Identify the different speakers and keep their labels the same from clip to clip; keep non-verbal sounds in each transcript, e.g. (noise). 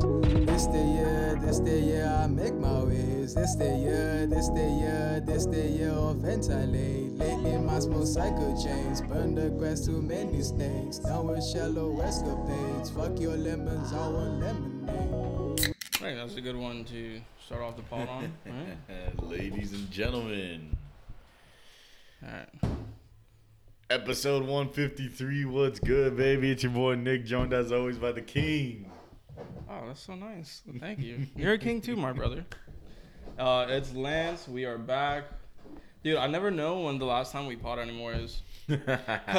Speaker 1: This the year, this the year I make my ways. This the year, this the year, this the year of ventilate. Lately my small cycle chains burn the grass too many snakes. Down with shallow escapades. Fuck your lemons, I want lemonade.
Speaker 2: Right, that's a good one to start off the pod
Speaker 3: (laughs)
Speaker 2: on. Right?
Speaker 3: Ladies and gentlemen,
Speaker 2: All right.
Speaker 3: episode 153. What's good, baby? It's your boy Nick joined as always by the king. (laughs)
Speaker 2: Oh, that's so nice. Thank you. You're a king too, my brother. Uh, it's Lance. We are back, dude. I never know when the last time we pod anymore is. Cause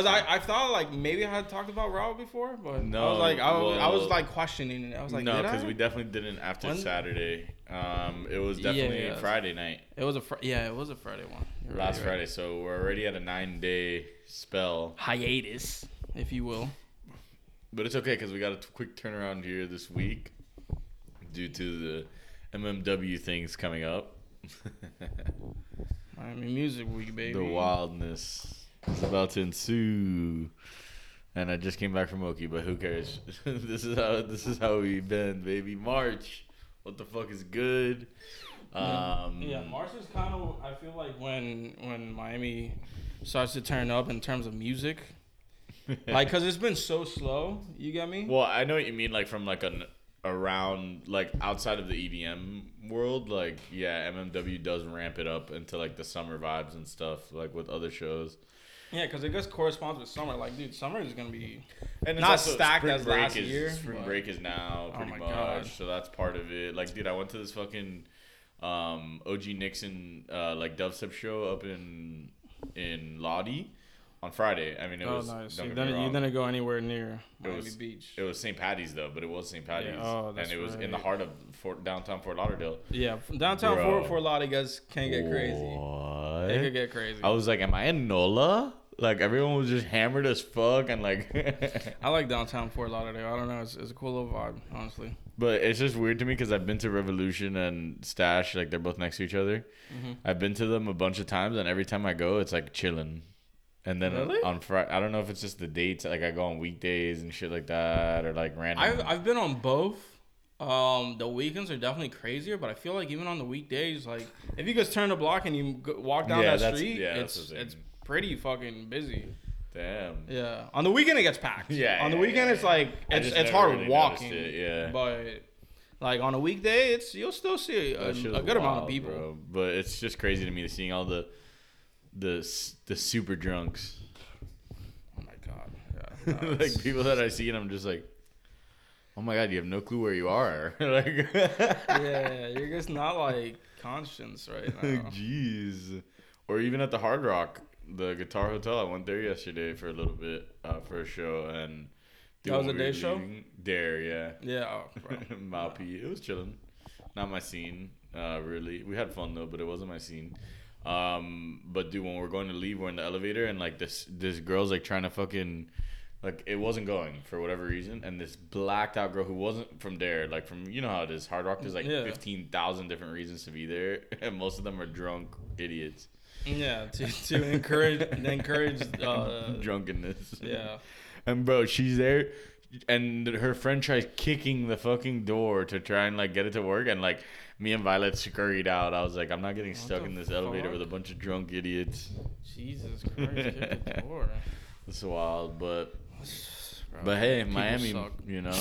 Speaker 2: I, I thought like maybe I had talked about Raul before, but I
Speaker 3: No,
Speaker 2: was like I was, I was
Speaker 3: well-
Speaker 2: like questioning it. I was like,
Speaker 3: no,
Speaker 2: did
Speaker 3: because
Speaker 2: I?
Speaker 3: we definitely didn't after
Speaker 2: When-
Speaker 3: Saturday. Um, it was definitely
Speaker 2: yeah.
Speaker 3: Friday night,
Speaker 2: it was a fr- yeah, it was a Friday one. You're right,
Speaker 3: last
Speaker 2: you're right.
Speaker 3: Friday. So we're already at a nine day spell,
Speaker 2: hiatus, if you will.
Speaker 3: but it's okay because we got a t- quick turnaround here this week due to the MMW things coming up. (laughs)
Speaker 2: Miami Music Week, baby.
Speaker 3: The wildness is about to ensue. And I just came back from Oki, but who cares? (laughs) this is how this is how we've been, baby. March. What the fuck is good? Um
Speaker 2: Yeah, March is kind of. I feel like when when Miami starts to turn up in terms of (laughs) music, like because it's been so slow. You get me?
Speaker 3: Well, I know what you mean, like from like an around like outside of the EDM world, like yeah, MMW does ramp it up into like the summer vibes and stuff, like with other shows.
Speaker 2: Yeah, because it just corresponds with summer. Like, dude, summer is gonna be.
Speaker 3: And
Speaker 2: Not stacked as
Speaker 3: break
Speaker 2: last
Speaker 3: is,
Speaker 2: year,
Speaker 3: Spring
Speaker 2: but-
Speaker 3: break is now
Speaker 2: Oh
Speaker 3: pretty
Speaker 2: my
Speaker 3: much,
Speaker 2: God.
Speaker 3: so that's part of it. Like, dude, I went to this fucking um, OG Nixon uh, like dubstep show up in in Lodi on Friday. I mean, it
Speaker 2: oh
Speaker 3: was
Speaker 2: nice.
Speaker 3: don't
Speaker 2: You
Speaker 3: get me
Speaker 2: didn't, you
Speaker 3: wrong,
Speaker 2: didn't go anywhere near Miami
Speaker 3: was-
Speaker 2: Beach.
Speaker 3: it was St. Patty's though, but it was St. Patty's,
Speaker 2: oh,
Speaker 3: and
Speaker 2: that's
Speaker 3: it was in the
Speaker 2: right.
Speaker 3: heart of Fort, downtown Fort Lauderdale.
Speaker 2: yeah, f- downtown
Speaker 3: Bro.
Speaker 2: Fort Fort Lauderdale can get crazy.
Speaker 3: What?
Speaker 2: It could get crazy.
Speaker 3: I was like, am I in NOLA? Like everyone was just hammered as fuck, and like (laughs)
Speaker 2: I like downtown Fort Lauderdale. I don't know. It's, it's a cool little vibe, honestly.
Speaker 3: But it's just weird to me because I've been to Revolution and Stash, like they're both next to each other.
Speaker 2: Mm-hmm.
Speaker 3: I've been to them a bunch of times, and every time I go, it's like chilling. And then
Speaker 2: Really?
Speaker 3: on Friday, I don't know if it's just the dates, like I go on weekdays and shit like that, or like random.
Speaker 2: I've, I've been on both. Um, the weekends are definitely crazier, but I feel like even on the weekdays, like if you just turn the block and you go, walk down
Speaker 3: Yeah,
Speaker 2: that
Speaker 3: that's-
Speaker 2: street,
Speaker 3: yeah, that's
Speaker 2: it's
Speaker 3: the thing.
Speaker 2: it's pretty fucking busy.
Speaker 3: Damn.
Speaker 2: Yeah, on the weekend it gets packed.
Speaker 3: Yeah,
Speaker 2: on the
Speaker 3: yeah,
Speaker 2: weekend
Speaker 3: yeah,
Speaker 2: it's like
Speaker 3: I
Speaker 2: it's
Speaker 3: just
Speaker 2: it's
Speaker 3: never
Speaker 2: hard
Speaker 3: really
Speaker 2: walking.
Speaker 3: noticed it, yeah.
Speaker 2: but like on a weekday, it's you'll still see a,
Speaker 3: That
Speaker 2: a
Speaker 3: shit
Speaker 2: good
Speaker 3: was
Speaker 2: amount of
Speaker 3: wild,
Speaker 2: people.
Speaker 3: bro. But it's just crazy to me seeing all the the s- the super drunks, (laughs)
Speaker 2: Oh my god, yeah, no,
Speaker 3: like
Speaker 2: it's-
Speaker 3: people that I see, and I'm just like, oh my god, you have no clue where you are. (laughs) like,
Speaker 2: yeah, you're just not like conscious right
Speaker 3: (laughs)
Speaker 2: now.
Speaker 3: Jeez. Or even at the Hard Rock, the Guitar Hotel. I went there yesterday for a little bit uh, for a show, and
Speaker 2: That was
Speaker 3: when
Speaker 2: a
Speaker 3: we were
Speaker 2: day show?
Speaker 3: leaving- There, yeah.
Speaker 2: yeah, oh,
Speaker 3: (laughs)
Speaker 2: bro.
Speaker 3: Maupi. E. It was chilling. Not my scene, uh, really. We had fun though, but it wasn't my scene. Um, but dude, when we're going to leave, we're in the elevator, and like this, this girl's like trying to fucking, like it wasn't going for whatever reason, and this blacked out girl who wasn't from there, like from you know how it is, Hard Rock. There's like
Speaker 2: Yeah.
Speaker 3: fifteen thousand different reasons to be there, (laughs) and most of them are drunk idiots,
Speaker 2: Yeah, to, to encourage
Speaker 3: (laughs)
Speaker 2: encourage uh,
Speaker 3: drunkenness.
Speaker 2: yeah.
Speaker 3: And bro, she's there, and her friend tries kicking the fucking door to try and like get it to work, and like me and Violet scurried out. I was like, I'm not getting stuck
Speaker 2: the
Speaker 3: in this elevator
Speaker 2: fuck?
Speaker 3: with a bunch of drunk idiots.
Speaker 2: Jesus Christ, kick
Speaker 3: (laughs)
Speaker 2: the door.
Speaker 3: It's wild, but
Speaker 2: Bro,
Speaker 3: but hey,
Speaker 2: people
Speaker 3: Miami,
Speaker 2: suck.
Speaker 3: you know,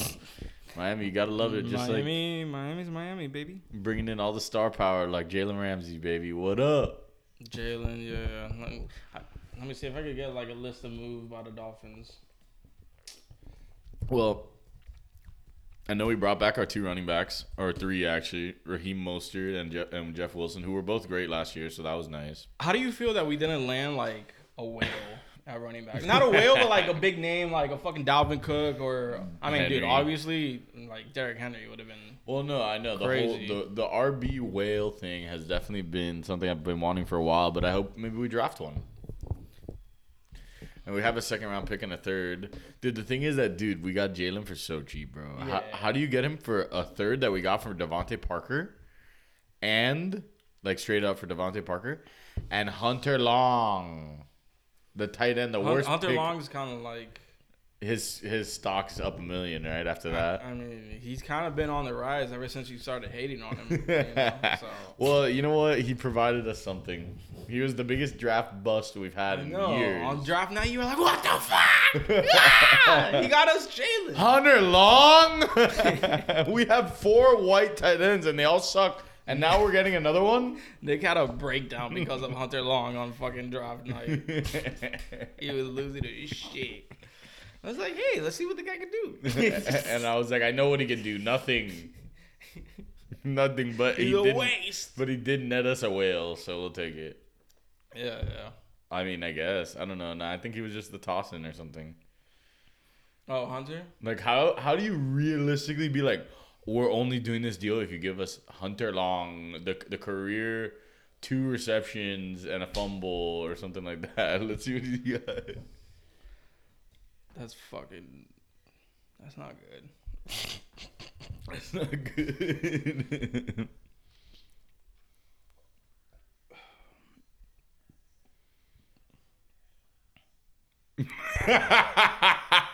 Speaker 3: Miami, you gotta love it. Just like
Speaker 2: Miami, Miami's Miami, baby.
Speaker 3: bringing in all the star power, like Jalen Ramsey, baby. What up?
Speaker 2: Jalen, yeah. Let me, I, let me see if I could get like a list of moves by the Dolphins.
Speaker 3: Well, I know we brought back our two running backs, or three actually, Raheem Mostert and Jeff, and Jeff Wilson, who were both great last year, so that was nice.
Speaker 2: How do you feel that we didn't land like a whale at running back? Not a whale, but like a big name, like a fucking Dalvin Cook, or I mean, dude,
Speaker 3: Henry.
Speaker 2: obviously, like Derrick Henry would have been.
Speaker 3: Well, no, I know the
Speaker 2: Crazy.
Speaker 3: whole the, the RB whale thing has definitely been something I've been wanting for a while, but I hope maybe we draft one. And we have a second round pick and a third. Dude, the thing is that dude, we got Jalen for so cheap, bro. How,
Speaker 2: Yeah.
Speaker 3: how do you get him for a third that we got from Devontae Parker, and like straight up for Devontae Parker, and Hunter Long, the tight end, the
Speaker 2: Hun-
Speaker 3: worst
Speaker 2: Hunter
Speaker 3: pick
Speaker 2: Long's kind of like
Speaker 3: his his stock's up a million right after that.
Speaker 2: I mean, he's kind of been on the rise ever since you started hating on
Speaker 3: (laughs)
Speaker 2: him. you know, so.
Speaker 3: Well, you know what? He provided us something. He was the biggest draft bust we've had
Speaker 2: I
Speaker 3: in
Speaker 2: know.
Speaker 3: years.
Speaker 2: On draft night, you were like, "What the (laughs) fuck? Ah! He got us Jalen."
Speaker 3: (laughs) Hunter Long. (laughs) we have four white tight ends and they all suck. And now we're getting another one. (laughs)
Speaker 2: Nick had a breakdown because of Hunter Long on fucking draft night. He was losing his shit. I was like, "Hey, let's see what the guy can (laughs) do."
Speaker 3: and I was like, I know what he can do. Nothing. Nothing. But he
Speaker 2: He's a
Speaker 3: did.
Speaker 2: waste.
Speaker 3: But he did net us a whale, so we'll take it.
Speaker 2: Yeah, yeah.
Speaker 3: I mean, I guess I don't know. Nah, I think he was just the toss in or something.
Speaker 2: Oh, Hunter.
Speaker 3: Like how how do you realistically be like we're only doing this deal if you give us Hunter Long the the career two receptions and a fumble or something like that. (laughs) Let's see what he got.
Speaker 2: That's fucking. That's not good.
Speaker 3: That's not good. (laughs)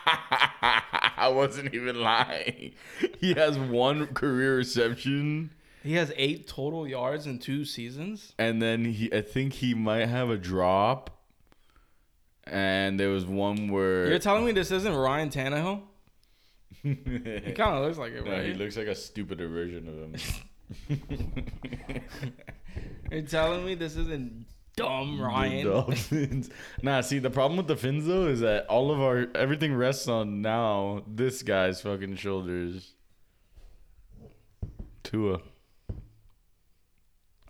Speaker 3: I wasn't even lying. He has one career reception.
Speaker 2: He has eight total yards in two seasons.
Speaker 3: and then he I think he might have a drop. And there was one where (laughs)
Speaker 2: You're telling me this isn't Ryan Tannehill? He kind of looks like it,
Speaker 3: no,
Speaker 2: right?
Speaker 3: he looks like a stupider version of
Speaker 2: (laughs)
Speaker 3: him.
Speaker 2: You're telling me this isn't dumb Ryan?
Speaker 3: The Dolphins. (laughs) Nah, see the problem with the fins though is that all of our everything rests on now this guy's fucking shoulders. Tua.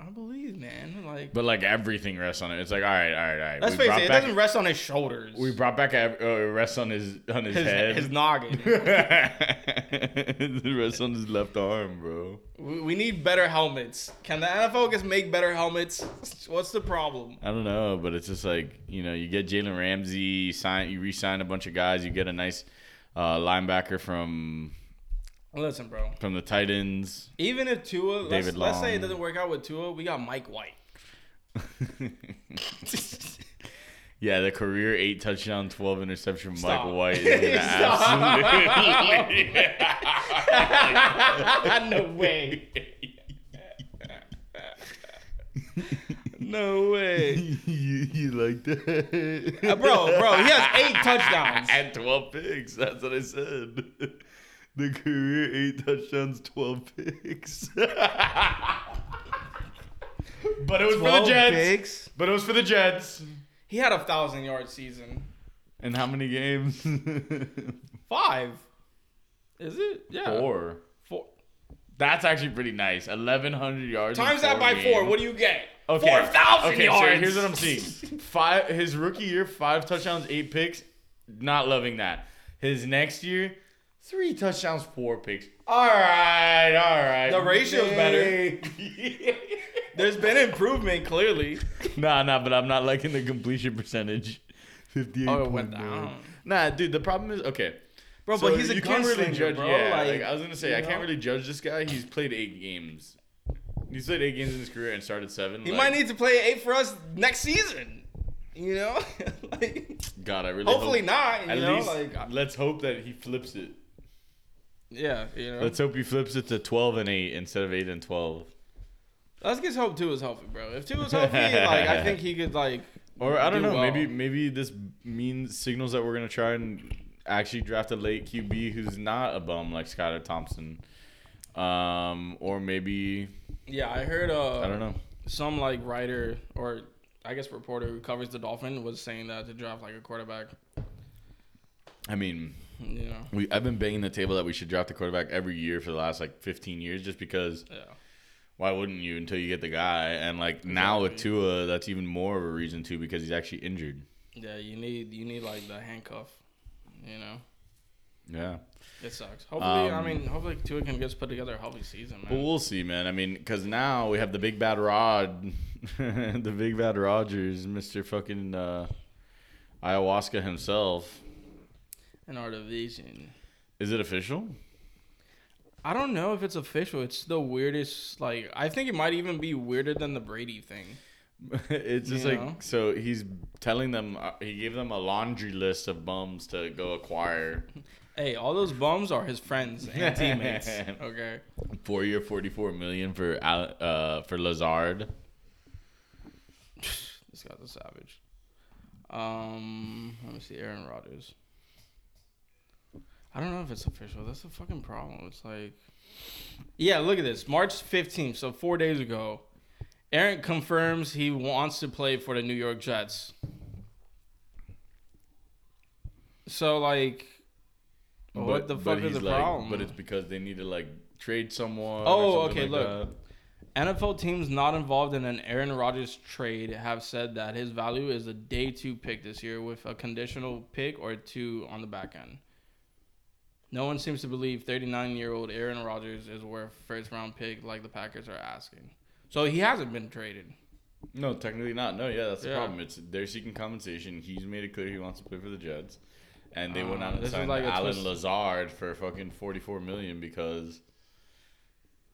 Speaker 2: I believe, man. Like,
Speaker 3: But like everything rests on it. It's like all right, all right, all right.
Speaker 2: let's
Speaker 3: we
Speaker 2: face
Speaker 3: brought
Speaker 2: it, it
Speaker 3: back,
Speaker 2: doesn't rest on his shoulders.
Speaker 3: we brought back ev- uh, it rests on his on his,
Speaker 2: his,
Speaker 3: head.
Speaker 2: his (laughs) noggin.
Speaker 3: (laughs) the rest on his left arm, bro.
Speaker 2: we we need better helmets. Can the NFL just make better helmets? What's the problem?
Speaker 3: I don't know, but it's just like you know, you get Jalen Ramsey, you sign, you re-sign a bunch of guys, you get a nice uh, linebacker from
Speaker 2: Listen, bro.
Speaker 3: from the Titans.
Speaker 2: Even if Tua, let's,
Speaker 3: David
Speaker 2: let's say it
Speaker 3: Long.
Speaker 2: doesn't work out with Tua, we got Mike
Speaker 3: (laughs)
Speaker 2: White. (laughs)
Speaker 3: yeah, the career eight touchdown, twelve interception,
Speaker 2: Stop.
Speaker 3: Mike White. Is gonna absolutely-
Speaker 2: no way. no way.
Speaker 3: you, (laughs) you like that,
Speaker 2: Uh, bro, bro, he has
Speaker 3: (laughs)
Speaker 2: eight touchdowns.
Speaker 3: and 12 picks. That's what I said. (laughs) The career eight touchdowns, 12 picks. (laughs) but it was for the
Speaker 2: 12
Speaker 3: Jets.
Speaker 2: picks?
Speaker 3: But it was for the Jets.
Speaker 2: He had a thousand yard season.
Speaker 3: And how
Speaker 2: (laughs)
Speaker 3: many games?
Speaker 2: Five. Is it? Yeah.
Speaker 3: Four.
Speaker 2: Four.
Speaker 3: That's actually pretty nice. 1,100 yards. in
Speaker 2: Times that by four.
Speaker 3: games.
Speaker 2: What do you get?
Speaker 3: Okay.
Speaker 2: Four thousand
Speaker 3: okay,
Speaker 2: yards.
Speaker 3: So here's what I'm seeing. Five his rookie year, five touchdowns, eight picks. Not loving that. His next year, three touchdowns, four picks. All right, all right.
Speaker 2: The ratio's better. (laughs) There's been improvement clearly.
Speaker 3: (laughs) nah, nah, but I'm not liking the completion percentage. Fifty-eight.
Speaker 2: Oh, it went
Speaker 3: point nine.
Speaker 2: down.
Speaker 3: Nah, dude. The problem is okay.
Speaker 2: Bro,
Speaker 3: So
Speaker 2: but he's a
Speaker 3: you can't
Speaker 2: gunslinger,
Speaker 3: really judge.
Speaker 2: bro.
Speaker 3: yeah,
Speaker 2: like,
Speaker 3: like, I was gonna say,
Speaker 2: you
Speaker 3: I can't
Speaker 2: know?
Speaker 3: really judge this guy. He's played eight games. He's played eight games in his career and started seven.
Speaker 2: he
Speaker 3: like-
Speaker 2: might need to play eight for us next season. You know, (laughs) like,
Speaker 3: God, I really
Speaker 2: hopefully
Speaker 3: hope-
Speaker 2: not. You
Speaker 3: At
Speaker 2: know,
Speaker 3: least
Speaker 2: like
Speaker 3: let's hope that he flips it.
Speaker 2: yeah, you know.
Speaker 3: Let's hope he flips it to twelve and eight instead of eight and twelve.
Speaker 2: Let's get hope two is healthy, bro. If two is healthy, like
Speaker 3: (laughs)
Speaker 2: I think he could like.
Speaker 3: Or I don't
Speaker 2: do
Speaker 3: know,
Speaker 2: well.
Speaker 3: maybe maybe this means signals that we're gonna try and actually draft a late QB who's not a bum like Skylar Thompson. Um, or maybe
Speaker 2: Yeah, I heard. Uh,
Speaker 3: I don't know.
Speaker 2: Some like writer or I guess reporter who covers the Dolphin was saying that to draft like a quarterback.
Speaker 3: I mean,
Speaker 2: You know.
Speaker 3: we I've been banging the table that we should draft a quarterback every year for the last like fifteen years, just because
Speaker 2: Yeah.
Speaker 3: why wouldn't you until you get the guy? And like now with Tua, that's even more of a reason to because he's actually injured.
Speaker 2: Yeah, you need you need like the handcuff. You know,
Speaker 3: Yeah.
Speaker 2: it sucks. Hopefully, I
Speaker 3: Um,
Speaker 2: mean, hopefully Tua can just put together a healthy season,
Speaker 3: But
Speaker 2: man.
Speaker 3: we'll see, man. I mean, because now we have the big bad Rod, (laughs) the big bad Rogers, Mister fucking uh, ayahuasca himself.
Speaker 2: An art of vision.
Speaker 3: Is it official? (laughs)
Speaker 2: I don't know if it's official. It's the weirdest. Like, I think it might even be weirder than the Brady thing.
Speaker 3: it's just
Speaker 2: You
Speaker 3: like
Speaker 2: know?
Speaker 3: so he's telling them uh, he gave them a laundry list of bums to go acquire
Speaker 2: Hey, all those bums are his friends and teammates. Okay.
Speaker 3: four year forty four million for Al- uh for Lazard.
Speaker 2: This guy's a savage. Um, let me see. Aaron Rodgers. I don't know if it's official. That's the fucking problem. It's like, yeah, look at this. March 15th, so four days ago, Aaron confirms he wants to play for the New York Jets. So, like, what
Speaker 3: But-
Speaker 2: the
Speaker 3: but
Speaker 2: fuck is
Speaker 3: he's
Speaker 2: the
Speaker 3: like-
Speaker 2: problem?
Speaker 3: But it's because they need to like trade someone. or
Speaker 2: Oh,
Speaker 3: something
Speaker 2: okay,
Speaker 3: like
Speaker 2: look. NFL teams not involved in an Aaron Rodgers trade have said that his value is a day two pick this year with a conditional pick or two on the back end. No one seems to believe 39 year old Aaron Rodgers is worth first round pick like the Packers are asking. So he hasn't been traded.
Speaker 3: that. No, technically not. No, yeah, that's the
Speaker 2: Yeah.
Speaker 3: problem. It's they're seeking compensation. He's made it clear he wants to play for the Jets, and they went
Speaker 2: Ah,
Speaker 3: out and
Speaker 2: this is
Speaker 3: signed
Speaker 2: like a
Speaker 3: Alan
Speaker 2: twist.
Speaker 3: Lazard for fucking forty four million because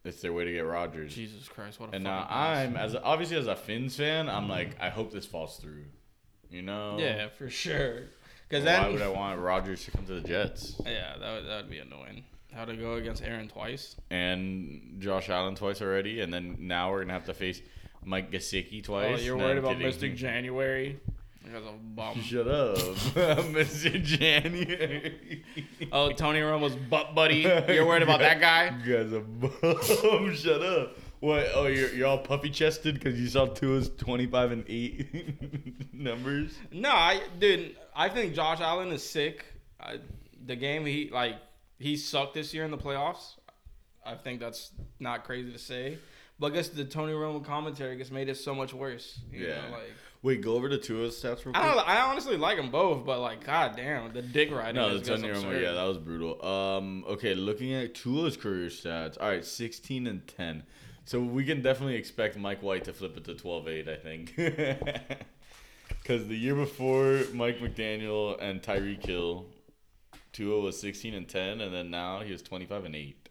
Speaker 3: it's their way to get Rodgers.
Speaker 2: Jesus Christ, what a
Speaker 3: And
Speaker 2: fucking
Speaker 3: now
Speaker 2: mess.
Speaker 3: I'm as obviously as a Finns fan, I'm like, I hope this falls through. You know?
Speaker 2: Yeah, for sure.
Speaker 3: Why
Speaker 2: Because then.
Speaker 3: would I want Rodgers to come to the Jets
Speaker 2: (laughs) yeah, that would, that would be annoying. How to go against Aaron twice?
Speaker 3: and Josh Allen twice already, and then now we're gonna have to face Mike Gesicki twice.
Speaker 2: oh, you're
Speaker 3: No,
Speaker 2: worried
Speaker 3: I'm
Speaker 2: about
Speaker 3: kidding.
Speaker 2: Mr. January? That (laughs) guy's a bum.
Speaker 3: Shut
Speaker 2: (laughs)
Speaker 3: up, (laughs) Mr. January.
Speaker 2: Oh, Tony Romo's butt buddy. You're worried about that guy?
Speaker 3: (laughs) You guys are bum. (laughs) Shut up. What? Oh, you're, you're all puffy chested because you saw Tua's 25 and 8 (laughs) numbers?
Speaker 2: (laughs) No, I dude. I think Josh Allen is sick. I, the game he like he sucked this year in the playoffs. I think that's not crazy to say. But I guess the Tony Romo commentary just made it so much worse. You
Speaker 3: Yeah.
Speaker 2: Know, like
Speaker 3: Wait, go over to Tua's stats real quick.
Speaker 2: I don't. I honestly like them both, but like, goddamn, the dick riding.
Speaker 3: No,
Speaker 2: is
Speaker 3: the
Speaker 2: just
Speaker 3: 10 year
Speaker 2: absurd.
Speaker 3: yeah, that was brutal. Um, okay, looking at Tua's career stats, all right, 16 and 10. So we can definitely expect Mike White to flip it to 12 8, I think. (laughs) Because the year before, Mike McDaniel and Tyreek Hill, Tua was 16 and 10, and then now he was 25 and 8.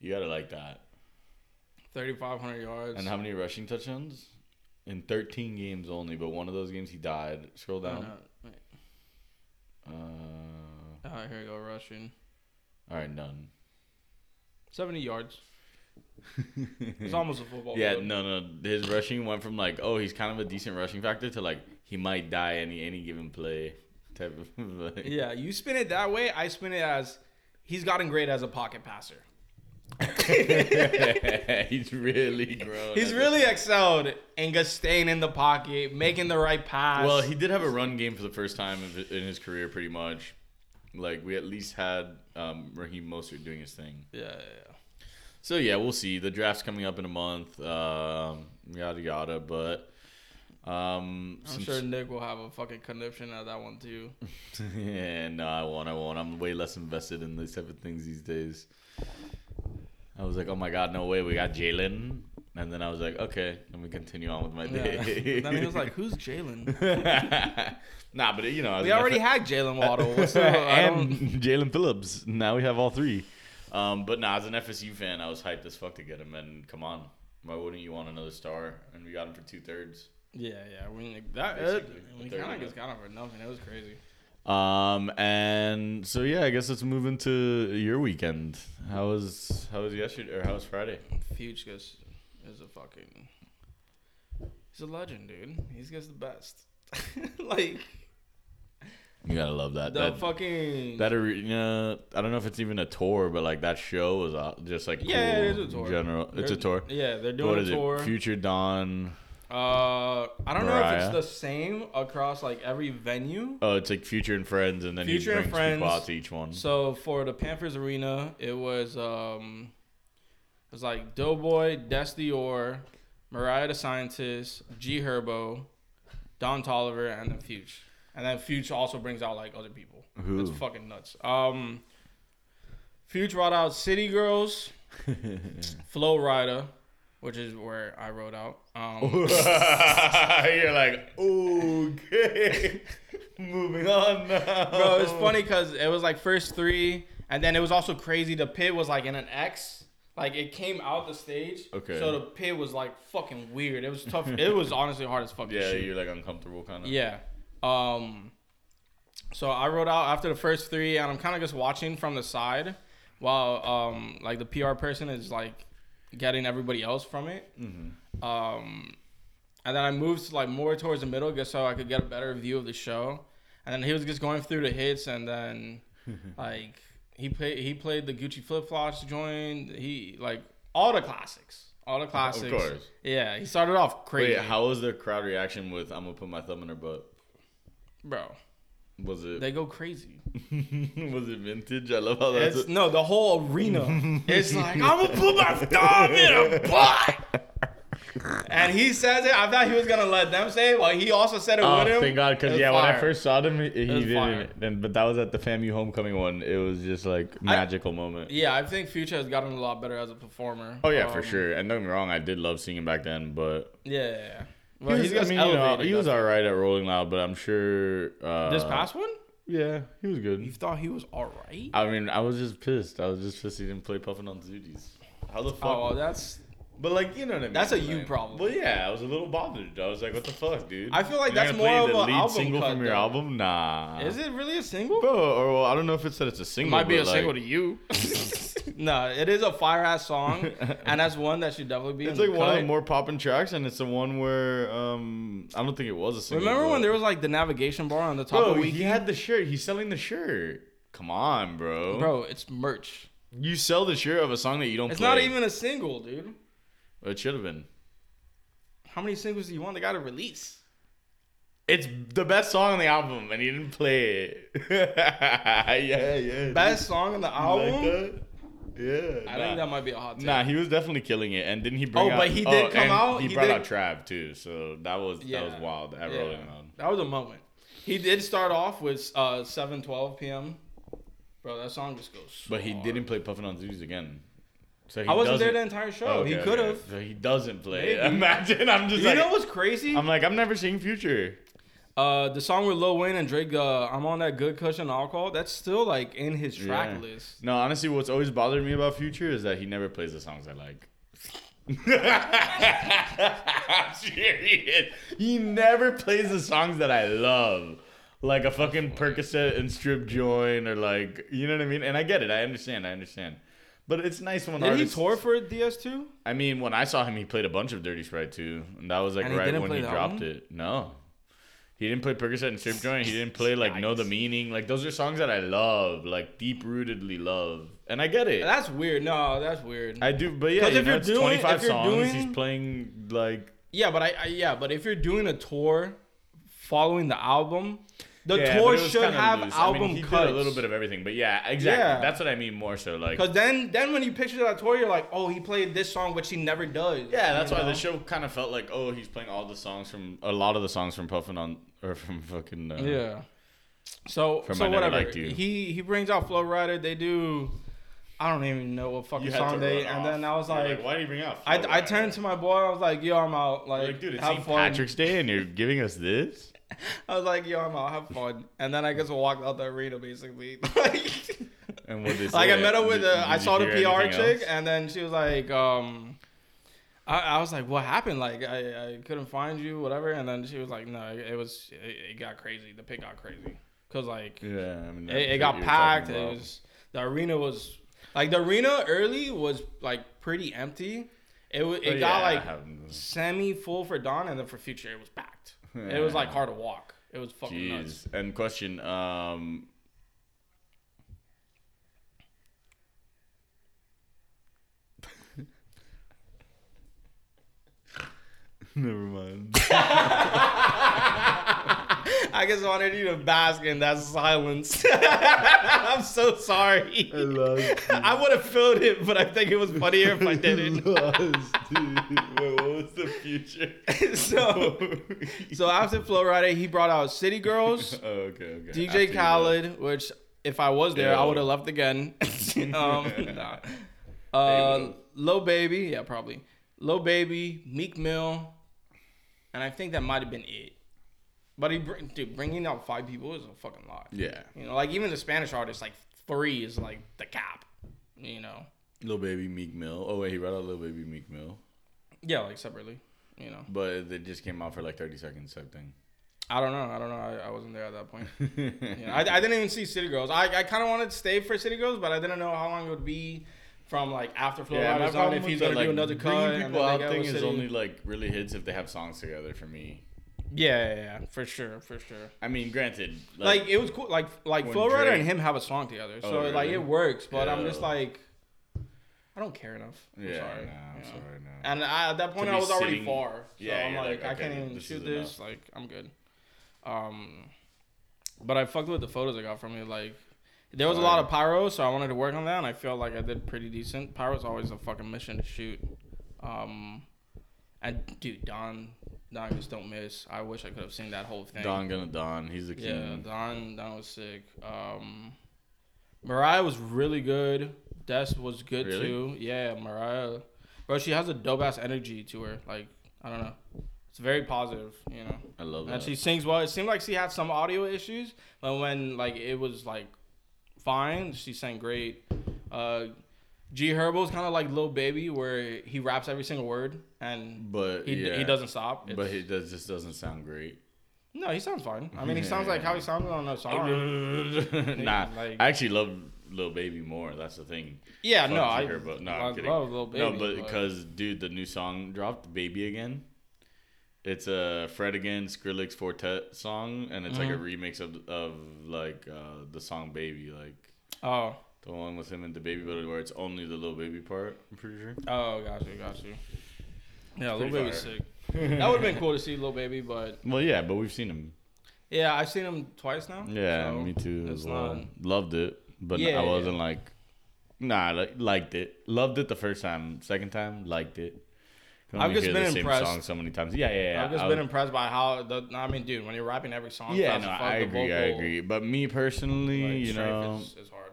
Speaker 3: You gotta like that.
Speaker 2: 3,500 yards.
Speaker 3: And how many rushing touchdowns? In 13 games only, but one of those games he died. Scroll
Speaker 2: Oh,
Speaker 3: down.
Speaker 2: no. Wait.
Speaker 3: Uh,
Speaker 2: Oh, here we go, rushing.
Speaker 3: all right, none.
Speaker 2: 70 yards.
Speaker 3: (laughs)
Speaker 2: (laughs) It's almost a football.
Speaker 3: Yeah,
Speaker 2: field.
Speaker 3: no, no. His rushing went from like, oh, he's kind of a decent rushing factor to like he might die any any given play type of. (laughs) Like.
Speaker 2: Yeah, you spin it that way. I spin it as he's gotten great as a pocket passer.
Speaker 3: (laughs) he's really grown.
Speaker 2: He's
Speaker 3: as a-
Speaker 2: really excelled in just staying in the pocket, making the right pass.
Speaker 3: well. He did have a run game for the first time of hi- in his career, pretty much. Like we at least had um, Raheem Mostert doing his thing.
Speaker 2: yeah, yeah, yeah.
Speaker 3: So yeah, we'll see. The draft's coming up in a month. Um, yada yada, but. Um,
Speaker 2: I'm
Speaker 3: some-
Speaker 2: sure Nick will have a fucking conniption at that one
Speaker 3: (laughs)
Speaker 2: too.
Speaker 3: yeah, no, I won't. I won't. I'm way less invested in these type of things these days. I was like, oh my god, no way, we got Jalen. And then I was like, okay, let me continue on with my
Speaker 2: Yeah. (laughs)
Speaker 3: day.
Speaker 2: then he was like, "Who's Jalen?
Speaker 3: (laughs) nah, but you know, as
Speaker 2: We
Speaker 3: an
Speaker 2: already
Speaker 3: F-
Speaker 2: had Jalen Waddle.
Speaker 3: (laughs)
Speaker 2: What's up? I
Speaker 3: and
Speaker 2: don't-
Speaker 3: (laughs) Jalen Phillips. Now we have all three. Um, but nah, as an FSU fan, I was hyped as fuck to get him. And come on, why wouldn't you want another star? And we got him for two thirds.
Speaker 2: Yeah, yeah. We that uh,
Speaker 3: Basically,
Speaker 2: we
Speaker 3: the third
Speaker 2: kind of
Speaker 3: one.
Speaker 2: just got him for nothing. It was crazy.
Speaker 3: Um and so yeah, I guess let's move into your weekend. How was how was yesterday or how was Friday?
Speaker 2: Fuge just is a fucking. He's a legend, dude. He's just the best. (laughs) like
Speaker 3: You gotta love that.
Speaker 2: the
Speaker 3: that,
Speaker 2: fucking.
Speaker 3: that arena. I don't know if it's even a tour, but like that show was uh, just like
Speaker 2: Yeah,
Speaker 3: cool
Speaker 2: it is a tour.
Speaker 3: in General, it's a
Speaker 2: They're-
Speaker 3: tour.
Speaker 2: Yeah, they're doing
Speaker 3: What
Speaker 2: a
Speaker 3: is
Speaker 2: tour.
Speaker 3: it? Future Dawn.
Speaker 2: Uh, I don't know if it's
Speaker 3: Mariah?
Speaker 2: the same across like every venue.
Speaker 3: Oh, it's like Future and Friends, and then
Speaker 2: Future
Speaker 3: he
Speaker 2: and
Speaker 3: brings
Speaker 2: Friends.
Speaker 3: people out to each one.
Speaker 2: So for the Panthers arena, it was um, it was like Doughboy, Des Dior, Mariah the Scientist, G Herbo, Don Tolliver, and then Fuge. And then Fuge also brings out like other people.
Speaker 3: Who?
Speaker 2: It's fucking nuts. Um, Fuge brought out City Girls, Flow Rider, which is where I wrote out. Um,
Speaker 3: (laughs) You're like okay, (laughs) moving on now.
Speaker 2: Bro,
Speaker 3: (laughs)
Speaker 2: it's funny because it was like first three, and then it was also crazy. The pit was like in an X, Like it came out the stage.
Speaker 3: Okay.
Speaker 2: So the pit was like fucking weird. It was tough. it was honestly hard as fuck. to
Speaker 3: Yeah,
Speaker 2: shoot.
Speaker 3: you're like uncomfortable kind of.
Speaker 2: Yeah. Um so I rode out after the first three and I'm kinda just watching from the side while um like the PR person is like getting everybody else from it.
Speaker 3: Mm-hmm.
Speaker 2: Um and then I moved like more towards the middle just so I could get a better view of the show. And then he was just going through the hits and
Speaker 3: (laughs)
Speaker 2: then like he played he played the Gucci flip flops joined he like all the classics. All the classics.
Speaker 3: course.
Speaker 2: Yeah, he started off crazy.
Speaker 3: Wait, how was the crowd reaction with "I'm gonna put my thumb in her butt"?
Speaker 2: Bro,
Speaker 3: Was it
Speaker 2: they go crazy.
Speaker 3: (laughs) was it vintage? I love how that's.
Speaker 2: It's, no, the whole (laughs) arena. It's like I'm gonna put my thumb in a butt, and he says it. I thought he was gonna let them say it, but he also said it
Speaker 3: Oh,
Speaker 2: with him.
Speaker 3: thank God!
Speaker 2: It
Speaker 3: Because
Speaker 2: was
Speaker 3: yeah, when I
Speaker 2: fire.
Speaker 3: first saw him, he, he
Speaker 2: was
Speaker 3: didn't.
Speaker 2: fire.
Speaker 3: And but that was at the FAMU homecoming one. It was just like magical moment.
Speaker 2: yeah, I think Future has gotten a lot better as a performer.
Speaker 3: Oh yeah, for
Speaker 2: Um,
Speaker 3: sure. And don't get me wrong, I did love seeing him back then, but
Speaker 2: Yeah, yeah, yeah.
Speaker 3: he
Speaker 2: Well,
Speaker 3: was,
Speaker 2: he's
Speaker 3: I
Speaker 2: just
Speaker 3: mean, you know,
Speaker 2: elevated.
Speaker 3: he was all right at Rolling Loud, but I'm sure uh,
Speaker 2: this past one.
Speaker 3: Yeah, he was
Speaker 2: You
Speaker 3: good.
Speaker 2: thought he was all right?
Speaker 3: I mean, I was just pissed. I was just pissed he didn't play Puffin on Zooties. How the fuck?
Speaker 2: Oh, well, that's.
Speaker 3: but like, you know what I mean.
Speaker 2: that's a you
Speaker 3: like-
Speaker 2: problem.
Speaker 3: Well, yeah, I was a little bothered. I was like, what the fuck, dude?
Speaker 2: I feel like
Speaker 3: You're
Speaker 2: that's
Speaker 3: not gonna
Speaker 2: more of
Speaker 3: play the
Speaker 2: a
Speaker 3: lead
Speaker 2: album
Speaker 3: single
Speaker 2: cut,
Speaker 3: from your
Speaker 2: though.
Speaker 3: album. Nah.
Speaker 2: Is it really a single?
Speaker 3: Bro, or well, I don't know if it said it's a single.
Speaker 2: Might be
Speaker 3: but,
Speaker 2: a
Speaker 3: like,
Speaker 2: single to (laughs) you. no, it is a fire ass song, and that's one that should definitely be.
Speaker 3: It's
Speaker 2: in
Speaker 3: like
Speaker 2: the
Speaker 3: one of
Speaker 2: cut.
Speaker 3: the more popping tracks, and it's the one where um I don't think it was a single.
Speaker 2: Remember when
Speaker 3: but-
Speaker 2: there was like the navigation bar on the top
Speaker 3: Bro,
Speaker 2: of
Speaker 3: he
Speaker 2: Wiki?
Speaker 3: had the shirt. He's selling the shirt. Come on, bro.
Speaker 2: Bro, it's merch.
Speaker 3: you sell the shirt of a song that you don't.
Speaker 2: It's
Speaker 3: play.
Speaker 2: not even a single, dude.
Speaker 3: It should have been.
Speaker 2: How many singles do you want? They got to release.
Speaker 3: It's the best song on the album, and he didn't play it. (laughs) yeah, yeah.
Speaker 2: Best song on the
Speaker 3: You
Speaker 2: album.
Speaker 3: like that? Yeah.
Speaker 2: I
Speaker 3: nah.
Speaker 2: think that might be a hot take.
Speaker 3: Nah, he was definitely killing it, and didn't he bring?
Speaker 2: Oh,
Speaker 3: out,
Speaker 2: but he did come
Speaker 3: and
Speaker 2: out,
Speaker 3: He,
Speaker 2: he
Speaker 3: brought
Speaker 2: did-
Speaker 3: out Trav too, so that was
Speaker 2: Yeah.
Speaker 3: that was wild. At
Speaker 2: Yeah.
Speaker 3: Rolling Loud.
Speaker 2: That was a moment. He did start off with uh 7:12 p.m. Bro, that song just goes.
Speaker 3: But he
Speaker 2: hard.
Speaker 3: didn't play Puffin on Zooties again. So he
Speaker 2: I wasn't there
Speaker 3: doesn't-
Speaker 2: the entire show. he
Speaker 3: Okay,
Speaker 2: could have.
Speaker 3: okay. So he doesn't play. it.
Speaker 2: Maybe.
Speaker 3: (laughs) Imagine I'm just
Speaker 2: You
Speaker 3: like
Speaker 2: know what's crazy?
Speaker 3: I'm like I'm never seeing Future.
Speaker 2: uh, the song with Lil Wayne and Drake, uh, "I'm on that good cushion alcohol." That's still like in his track
Speaker 3: Yeah.
Speaker 2: list.
Speaker 3: No, honestly, what's always bothered me about Future is that he never plays the songs I like. (laughs) I'm serious. He never plays the songs that I love. Like a fucking Percocet and strip joint, or like, you know what I mean? And I get it. I understand. I understand. But it's nice when
Speaker 2: Did he
Speaker 3: artists.
Speaker 2: tour for DS2?
Speaker 3: I mean, when I saw him, he played a bunch of Dirty Sprite too, and that was like
Speaker 2: And he
Speaker 3: right
Speaker 2: didn't
Speaker 3: when
Speaker 2: play
Speaker 3: he
Speaker 2: that
Speaker 3: dropped
Speaker 2: one?
Speaker 3: it. No, he didn't play Percocet and Strip Joint. He didn't play like Know the Meaning. Like those are songs that I love, like deep rootedly love, and I get it.
Speaker 2: That's weird. No, that's weird.
Speaker 3: I do, but yeah,
Speaker 2: 'Cause
Speaker 3: you
Speaker 2: if
Speaker 3: know,
Speaker 2: you're
Speaker 3: it's
Speaker 2: doing-
Speaker 3: 25
Speaker 2: if you're
Speaker 3: songs. He's
Speaker 2: doing-
Speaker 3: playing like
Speaker 2: yeah, but I, I yeah, but if you're doing a tour following the album, the
Speaker 3: Yeah, but
Speaker 2: tour
Speaker 3: it was
Speaker 2: should
Speaker 3: kinda
Speaker 2: have
Speaker 3: loose.
Speaker 2: album
Speaker 3: I mean, he
Speaker 2: cuts.
Speaker 3: did a little bit of everything, but yeah, exactly.
Speaker 2: Yeah.
Speaker 3: That's what I mean more so. Like,
Speaker 2: Cause then, then when you picture that tour, you're like, oh, he played this song, which he never does.
Speaker 3: Yeah, that's
Speaker 2: You
Speaker 3: why
Speaker 2: know?
Speaker 3: the show kind of felt like, oh, he's playing all the songs from a lot of the songs from Puffin on or from fucking uh,
Speaker 2: Yeah. So,
Speaker 3: From I
Speaker 2: so
Speaker 3: Never
Speaker 2: whatever.
Speaker 3: Liked You.
Speaker 2: He he brings out Flow Rider. They do. I don't even know what fucking
Speaker 3: You had to
Speaker 2: song they.
Speaker 3: run
Speaker 2: And
Speaker 3: off.
Speaker 2: then I was
Speaker 3: You're
Speaker 2: like,
Speaker 3: why do you bring up?
Speaker 2: I, I turned to my boy. I was like, yo, I'm out. Like,
Speaker 3: Like, dude, it's
Speaker 2: have
Speaker 3: St.
Speaker 2: fun. (laughs)
Speaker 3: Patrick's Day and you're giving us this?
Speaker 2: I was like, yo, I'm out, have fun. And then I guess I walked out the arena basically. (laughs) like,
Speaker 3: And what they
Speaker 2: like I
Speaker 3: say,
Speaker 2: met up with,
Speaker 3: did-
Speaker 2: uh, I
Speaker 3: did you
Speaker 2: saw the
Speaker 3: hear
Speaker 2: PR
Speaker 3: anything
Speaker 2: chick,
Speaker 3: else?
Speaker 2: and then she was like, um, I, I was like, what happened? Like, I, I couldn't find you, whatever. And then she was like, no, it, it was, it, it got crazy. The pit got crazy. Cause like,
Speaker 3: Yeah, I mean, that's
Speaker 2: it, it
Speaker 3: what
Speaker 2: got
Speaker 3: you were
Speaker 2: packed.
Speaker 3: talking
Speaker 2: It
Speaker 3: about.
Speaker 2: was, the arena was, like, the arena early was like pretty empty. It, wa- it
Speaker 3: But
Speaker 2: got
Speaker 3: Oh, yeah, I
Speaker 2: like
Speaker 3: haven't-
Speaker 2: semi full for Dawn, and then for Future, it was
Speaker 3: (laughs)
Speaker 2: packed. It was like hard to walk. It was fucking nuts.
Speaker 3: Jeez. And question, um, (laughs) Never mind.
Speaker 2: (laughs) I just wanted you to bask in that silence. (laughs) I'm so
Speaker 3: (laughs)
Speaker 2: sorry.
Speaker 3: I lost.
Speaker 2: I would have filled it, but I think it was funnier if I
Speaker 3: (laughs)
Speaker 2: didn't.
Speaker 3: lost, dude. Wait, what was the future? (laughs)
Speaker 2: so, so after Flow Rider, he brought out City Girls,
Speaker 3: (laughs) oh, okay, okay. After
Speaker 2: DJ
Speaker 3: you
Speaker 2: Khaled, which if I was there, I
Speaker 3: Yeah.
Speaker 2: would have left again. (laughs)
Speaker 3: (laughs)
Speaker 2: um, nah. (laughs) uh, Low Baby, yeah, probably. Low Baby, Meek Mill, and I think that might have been it. But he, br- dude, bringing out five people is a fucking lot.
Speaker 3: left. Yeah.
Speaker 2: You know, like even the Spanish artists, like three is like the cap. You know,
Speaker 3: Little Baby, Meek Mill. Oh wait, he brought out Little Baby, Meek Mill,
Speaker 2: Yeah, like separately. You know,
Speaker 3: but they just came out for like thirty seconds type thing.
Speaker 2: I don't know. I don't know. I, I wasn't there at that point. You
Speaker 3: (laughs)
Speaker 2: know, I, I didn't even see City Girls. I, I kind of wanted to stay for City Girls, but I didn't know how long it would be from like after Flow
Speaker 3: yeah, my
Speaker 2: Rider's on
Speaker 3: problem
Speaker 2: if he's
Speaker 3: with
Speaker 2: gonna
Speaker 3: the, like,
Speaker 2: do another cut.
Speaker 3: bringing
Speaker 2: and
Speaker 3: people
Speaker 2: then
Speaker 3: out
Speaker 2: they go
Speaker 3: thing
Speaker 2: with
Speaker 3: is
Speaker 2: City.
Speaker 3: only like really hits if they have songs together for me.
Speaker 2: yeah, yeah, yeah, for sure, for sure.
Speaker 3: I mean, granted,
Speaker 2: Like, it was cool. Like like
Speaker 3: when
Speaker 2: Flow Rider
Speaker 3: Drake-
Speaker 2: and him have a song together, so
Speaker 3: Oh,
Speaker 2: like
Speaker 3: really?
Speaker 2: it works. But I'm just
Speaker 3: Yeah.
Speaker 2: like, I don't care enough. I'm
Speaker 3: yeah,
Speaker 2: sorry.
Speaker 3: nah, I'm
Speaker 2: you know?
Speaker 3: sorry, nah.
Speaker 2: And I, at that point,
Speaker 3: be
Speaker 2: I was already
Speaker 3: sitting-
Speaker 2: far. So
Speaker 3: Yeah,
Speaker 2: I'm
Speaker 3: you're
Speaker 2: like,
Speaker 3: like,
Speaker 2: I
Speaker 3: okay,
Speaker 2: can't even
Speaker 3: this
Speaker 2: shoot
Speaker 3: is
Speaker 2: this. Like, I'm good. Um, but I fucked with the photos I got from it. Like, there was a lot of pyro, so I wanted to work on that, and I feel like I did pretty decent. Pyro's always a fucking mission to shoot. Um, and dude, Don, Don just don't miss. I wish I could have seen that whole thing.
Speaker 3: Don gonna Don. He's the
Speaker 2: Yeah,
Speaker 3: king.
Speaker 2: Don Don was sick. Um, Mariah was really good. Des was good
Speaker 3: Really?
Speaker 2: too. Yeah, Mariah, bro, she has a dope ass energy to her. Like I don't know, it's very positive, you know.
Speaker 3: I love that.
Speaker 2: And she sings well. It seemed like she had some audio issues, but when like it was like fine, she sang great. Uh, G Herbo's kind of like Lil Baby, where he raps every single word and
Speaker 3: but
Speaker 2: he,
Speaker 3: yeah,
Speaker 2: he doesn't stop.
Speaker 3: But
Speaker 2: It's-
Speaker 3: he does, just doesn't sound great.
Speaker 2: no, he sounds fine. I mean, he
Speaker 3: (laughs)
Speaker 2: sounds like how he sounded on that song.
Speaker 3: nah,
Speaker 2: like-
Speaker 3: I actually love Lil Baby more. That's the thing.
Speaker 2: Yeah,
Speaker 3: Fuck
Speaker 2: no, I,
Speaker 3: G Herbo. No, I'm
Speaker 2: I
Speaker 3: kidding.
Speaker 2: love Lil Baby.
Speaker 3: no, but because dude, the new song dropped, "Baby Again." It's a Fred Again Skrillex Fortet song, and it's
Speaker 2: Mm-hmm.
Speaker 3: like a remix of of like uh, the song "Baby," like
Speaker 2: oh,
Speaker 3: the one with him and the baby, but where it's only the little baby part. I'm pretty sure.
Speaker 2: oh, got you, got you. Yeah, Lil
Speaker 3: pretty
Speaker 2: Baby's
Speaker 3: fire.
Speaker 2: sick. That would have been cool to see Lil Baby, but
Speaker 3: Well, yeah, but we've seen him.
Speaker 2: yeah, I've seen him twice now.
Speaker 3: Yeah,
Speaker 2: so
Speaker 3: me too
Speaker 2: it's
Speaker 3: as well.
Speaker 2: not-
Speaker 3: Loved it, but
Speaker 2: Yeah,
Speaker 3: I wasn't like, nah, like liked it. Loved it the first time. Second time, liked it. Can
Speaker 2: I've
Speaker 3: only
Speaker 2: just
Speaker 3: hear
Speaker 2: been
Speaker 3: the same
Speaker 2: impressed.
Speaker 3: song so many times. Yeah, yeah, yeah.
Speaker 2: I've just
Speaker 3: I
Speaker 2: been
Speaker 3: was-
Speaker 2: impressed by how the. I mean, dude, when you're rapping every song,
Speaker 3: yeah,
Speaker 2: fast
Speaker 3: no,
Speaker 2: as fuck,
Speaker 3: I
Speaker 2: the
Speaker 3: agree. I
Speaker 2: vocal,
Speaker 3: agree. But me personally,
Speaker 2: like,
Speaker 3: you
Speaker 2: strength
Speaker 3: know,
Speaker 2: is, is hard.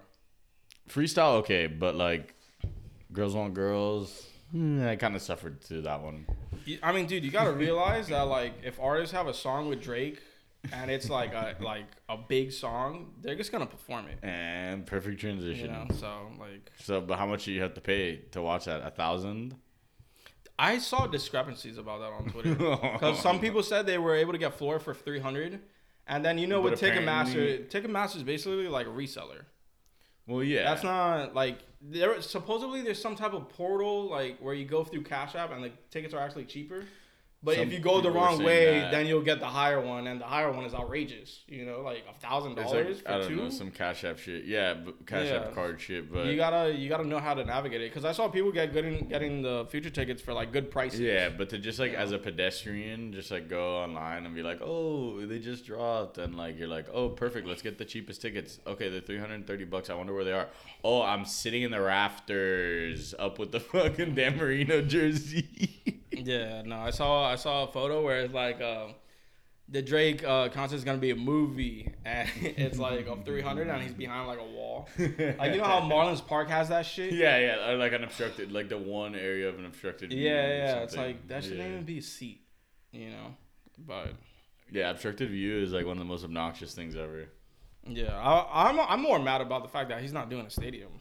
Speaker 3: freestyle okay, but like, girls want girls. hmm, I kind of suffered to that one.
Speaker 2: You- I mean, dude, you gotta realize that like if artists have a song with Drake. And it's like a like a big song. They're just gonna perform
Speaker 3: (laughs)
Speaker 2: it,
Speaker 3: And perfect
Speaker 2: you
Speaker 3: transition.
Speaker 2: know. So like,
Speaker 3: So, but how much do you have to pay to watch that? A thousand?
Speaker 2: I saw discrepancies about that on Twitter because some people said they were able to get floor for three hundred, and then you know
Speaker 3: But
Speaker 2: with Ticketmaster,
Speaker 3: apparently-
Speaker 2: Ticketmaster is basically like a reseller.
Speaker 3: Well, yeah,
Speaker 2: That's not like there. Supposedly, there's some type of portal like where you go through Cash App and the tickets are actually cheaper. But
Speaker 3: Some
Speaker 2: if you go the
Speaker 3: people were
Speaker 2: wrong
Speaker 3: saying
Speaker 2: way,
Speaker 3: that.
Speaker 2: then you'll get the higher one, and the higher one is outrageous. You know, like a thousand
Speaker 3: It's like,
Speaker 2: dollars
Speaker 3: I
Speaker 2: for
Speaker 3: don't
Speaker 2: two.
Speaker 3: know some Cash App shit. Yeah, but Cash
Speaker 2: Yeah.
Speaker 3: App card shit. But
Speaker 2: you gotta you gotta know how to navigate it because I saw people get good in, getting the future tickets for like good prices.
Speaker 3: yeah, but to just like as a pedestrian, just like go online and be like, oh, they just dropped, and like you're like, oh, perfect, let's get the cheapest tickets. Okay, they're three hundred and thirty bucks. I wonder where they are. Oh, I'm sitting in the rafters up with the (laughs) fucking Dan
Speaker 2: (laughs)
Speaker 3: Marino jersey.
Speaker 2: Yeah, no, I saw I saw a photo where it's like uh, the Drake uh, concert is gonna be a movie, (laughs) and it's like of 300, and he's behind like a wall. Like you know how Marlins Park has that shit.
Speaker 3: (laughs) yeah, yeah, or like an obstructed, like the one area of an obstructed.
Speaker 2: yeah,
Speaker 3: view or
Speaker 2: yeah. It's
Speaker 3: something.
Speaker 2: like that shouldn't
Speaker 3: Yeah.
Speaker 2: even be a seat, you know. But
Speaker 3: Yeah, obstructed view is like one of the most obnoxious things ever.
Speaker 2: yeah, I, I'm I'm more mad about the fact that he's not doing a stadium.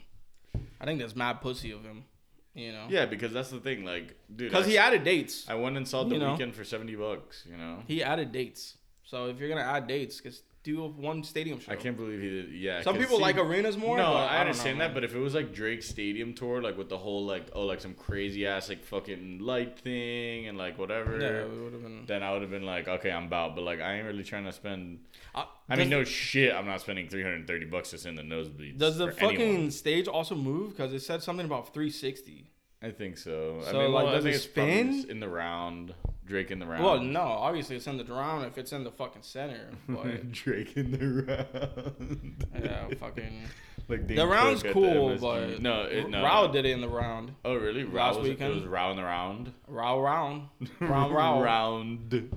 Speaker 2: I think that's mad pussy of him, you know.
Speaker 3: Yeah, because that's the thing, like, dude,
Speaker 2: Because
Speaker 3: I-
Speaker 2: Oh. he added dates.
Speaker 3: I went and saw the
Speaker 2: You know?
Speaker 3: weekend for seventy bucks. You know,
Speaker 2: He added dates. So if you're gonna add dates, just do one stadium show.
Speaker 3: I can't believe he did. Yeah,
Speaker 2: Some
Speaker 3: 'cause
Speaker 2: people
Speaker 3: see-
Speaker 2: like arenas more.
Speaker 3: No,
Speaker 2: but
Speaker 3: I,
Speaker 2: don't
Speaker 3: understand
Speaker 2: know,
Speaker 3: that, but if it was like Drake Stadium tour, like with the whole like oh like some crazy ass like fucking light thing and like whatever,
Speaker 2: man. yeah, it would have been.
Speaker 3: then I would have been like okay I'm about, but like I ain't really trying to spend.
Speaker 2: I,
Speaker 3: I mean
Speaker 2: does-
Speaker 3: no shit, I'm not spending three hundred and thirty bucks just in the nosebleeds.
Speaker 2: Does the
Speaker 3: for
Speaker 2: fucking
Speaker 3: anyone.
Speaker 2: stage also move? Because it said something about 360.
Speaker 3: I think so. I
Speaker 2: So,
Speaker 3: mean,
Speaker 2: like,
Speaker 3: well, I
Speaker 2: does
Speaker 3: think
Speaker 2: it
Speaker 3: it's probably
Speaker 2: spin?
Speaker 3: just in the round, Drake in the round.
Speaker 2: Well, no, obviously it's in the drown if it's in the fucking center.
Speaker 3: (laughs)
Speaker 2: But
Speaker 3: Drake in the round.
Speaker 2: (laughs) yeah, fucking.
Speaker 3: (laughs) like Dane
Speaker 2: The round's
Speaker 3: Cook at the
Speaker 2: cool,
Speaker 3: MSG.
Speaker 2: but
Speaker 3: no, it, no,
Speaker 2: Rao
Speaker 3: no.
Speaker 2: did it in the round.
Speaker 3: Oh really?
Speaker 2: Last
Speaker 3: Round was,
Speaker 2: weekend?
Speaker 3: It was round the round.
Speaker 2: Rao round, (laughs)
Speaker 3: (laughs)
Speaker 2: round round.
Speaker 3: round.